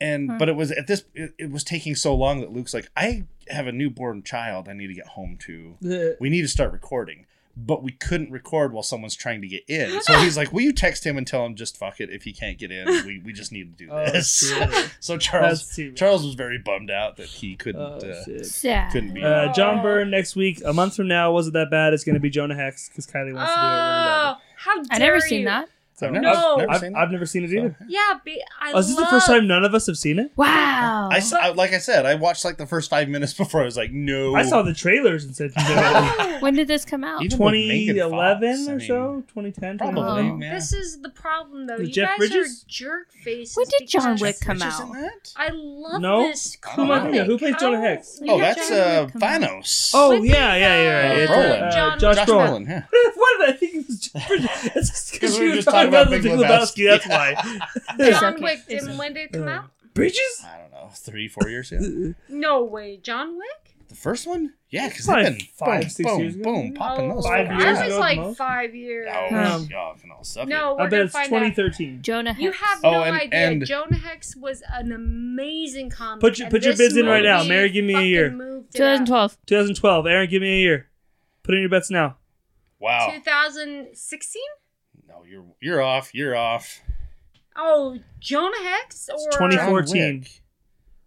E: And but it was at this it, it was taking so long that Luke's like, I have a newborn child I need to get home to.
B: Yeah.
E: We need to start recording. But we couldn't record while someone's trying to get in. So he's like, Will you text him and tell him just fuck it if he can't get in? We, we just need to do
B: Oh,
E: this.
B: shit.
E: So
B: That's
E: Charles
B: too bad.
E: Charles was very bummed out that he couldn't
B: Oh,
E: uh,
B: shit.
C: Sad.
E: couldn't be.
B: Uh, John Byrne next week. A month from now, wasn't that bad? It's going to be Jonah Hex because Kylie wants to do it.
D: Oh, how dare
C: I never
D: you.
C: seen that.
E: So
B: No.
E: I've never
B: I've,
E: seen
B: I've
E: it.
B: never seen it either.
D: Yeah, be, I
B: Oh, is this the first time none of us have seen it?
C: Wow.
E: I s- I- like I said, I watched like the first five minutes before I was like, no.
B: I saw the trailers and said,
C: when did this come out?
E: Even with Megan
B: 2011
E: Fox, I
B: or
E: mean,
B: so, 2010,
E: Probably.
B: 2011.
C: Oh.
E: yeah.
D: This is the problem, though.
B: The
D: you
B: Jeff
D: guys
B: Bridges?
D: are jerk faces.
C: When did John
D: because-
C: Wick come
E: Which is
C: out?
E: in that?
D: I love
B: No?
D: this.
E: Who am I
D: comic.
E: thinking of?
B: Who plays Jonah
D: How-
B: Hex?
E: Oh,
C: Yeah,
E: that's
C: John
E: uh,
C: Wick come out.
E: Thanos.
B: Oh
D: When
B: yeah, yeah, yeah, yeah.
E: Uh,
B: It's,
E: Brolin.
B: uh,
D: John-
B: Josh,
E: Josh
B: Brolin.
E: Brolin. Yeah.
B: Why did I think it was Josh Brolin? It's just
E: Because
B: because
E: we
B: you
E: were
B: were
E: just
B: talking about Big
E: talking about
B: Lebowski.
E: Big
B: That's why.
C: Yeah.
D: John
C: okay.
D: Wick.
C: It's
D: Didn't
C: okay.
D: when did it
B: Uh,
D: come out?
B: Bridges.
E: I don't know, three, four years ago.
D: No way, John Wick.
E: the first one? Yeah, because
B: Probably
E: they've been
B: five,
E: boom,
B: six
E: boom,
B: years ago.
E: boom, popping those.
D: Oh,
B: Five
E: fuckers.
B: years
D: I was
B: ago,
D: like
B: most.
D: five years.
E: Oh,
B: Um,
E: y'all can all suck
D: No,
B: I bet
D: we're gonna
B: it's
D: find out.
B: 2013.
C: Jonah Hex.
D: You have
E: Oh,
D: no
E: and-
D: idea.
E: and-
D: Jonah Hex was an amazing comic.
B: Put your-
D: and
B: put your
D: this
B: bids in right
E: now.
D: movie
B: Mary, give me a
D: fucking
B: year.
D: moved it up.
C: 2012.
B: 2012. Aaron, give me a year. Put in your bets now.
E: it. Wow.
D: 2016?
E: No, you're you're off. You're off.
D: Oh, Jonah Hex or
B: 24.
E: John
B: 2014.
E: Wick.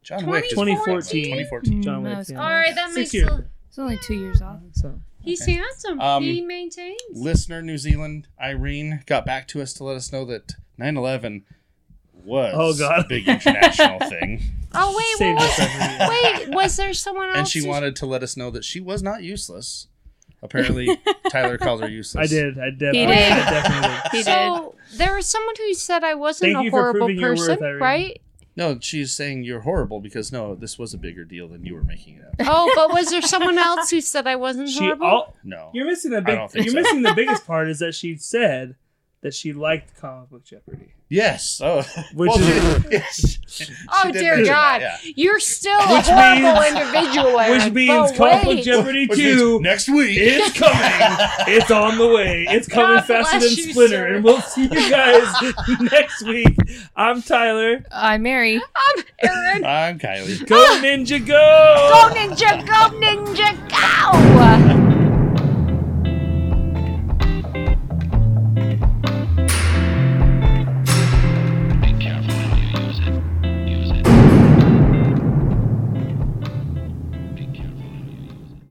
E: John Wick. is-
B: 2014.
E: 2014.
B: John Wick.
C: Mm, that was
B: yeah.
D: All right, that
B: Six
D: makes
B: years.
D: a,
C: It's only two years off.
B: So
D: He's handsome.
E: Um,
D: he maintains.
E: Listener New Zealand Irene got back to us to let us know that 9/11 was
B: Oh, God.
E: a big international thing,
D: Oh wait,
B: save
D: what
B: this
D: was,
B: every year.
D: wait, was there someone else?
E: and she
D: who-
E: wanted to let us know that she was not useless. Apparently, Tyler called her useless.
B: I did. I did.
C: He
B: I
C: did.
B: definitely did.
C: He did.
D: So there was someone who said I wasn't
B: Thank
D: a
B: you for
D: horrible
B: proving your worth,
D: person,
B: Irene.
D: right?
E: No, she's saying you're horrible because no, this was a bigger deal than you were making it out.
D: Oh, but was there someone else who said I wasn't
B: She
D: horrible?
B: all
E: No,
B: you're missing the
E: I
B: big.
E: don't think
B: You're
E: so.
B: missing the biggest part is that she said that she liked comic book Jeopardy,
E: yes. Oh,
B: which
E: Well,
B: is
E: yes.
D: oh
E: did
D: dear
E: mention that,
D: God, you're still a
B: Which
D: horrible
B: means-
D: individual.
B: which
D: Aaron.
B: means
D: But
B: comic book
D: wait.
B: Jeopardy
E: Which means
B: two.
E: next week.
B: It's coming. It's on the way. It's coming
D: God
B: faster
D: bless
B: than
D: you,
B: Splinter,
D: sir.
B: and we'll see you guys next week. I'm Tyler.
D: Ah!
C: I marry.
D: I'm Aaron.
E: I'm Kylie.
B: Go Ninja Go!
D: Go ninja, go ninja, go!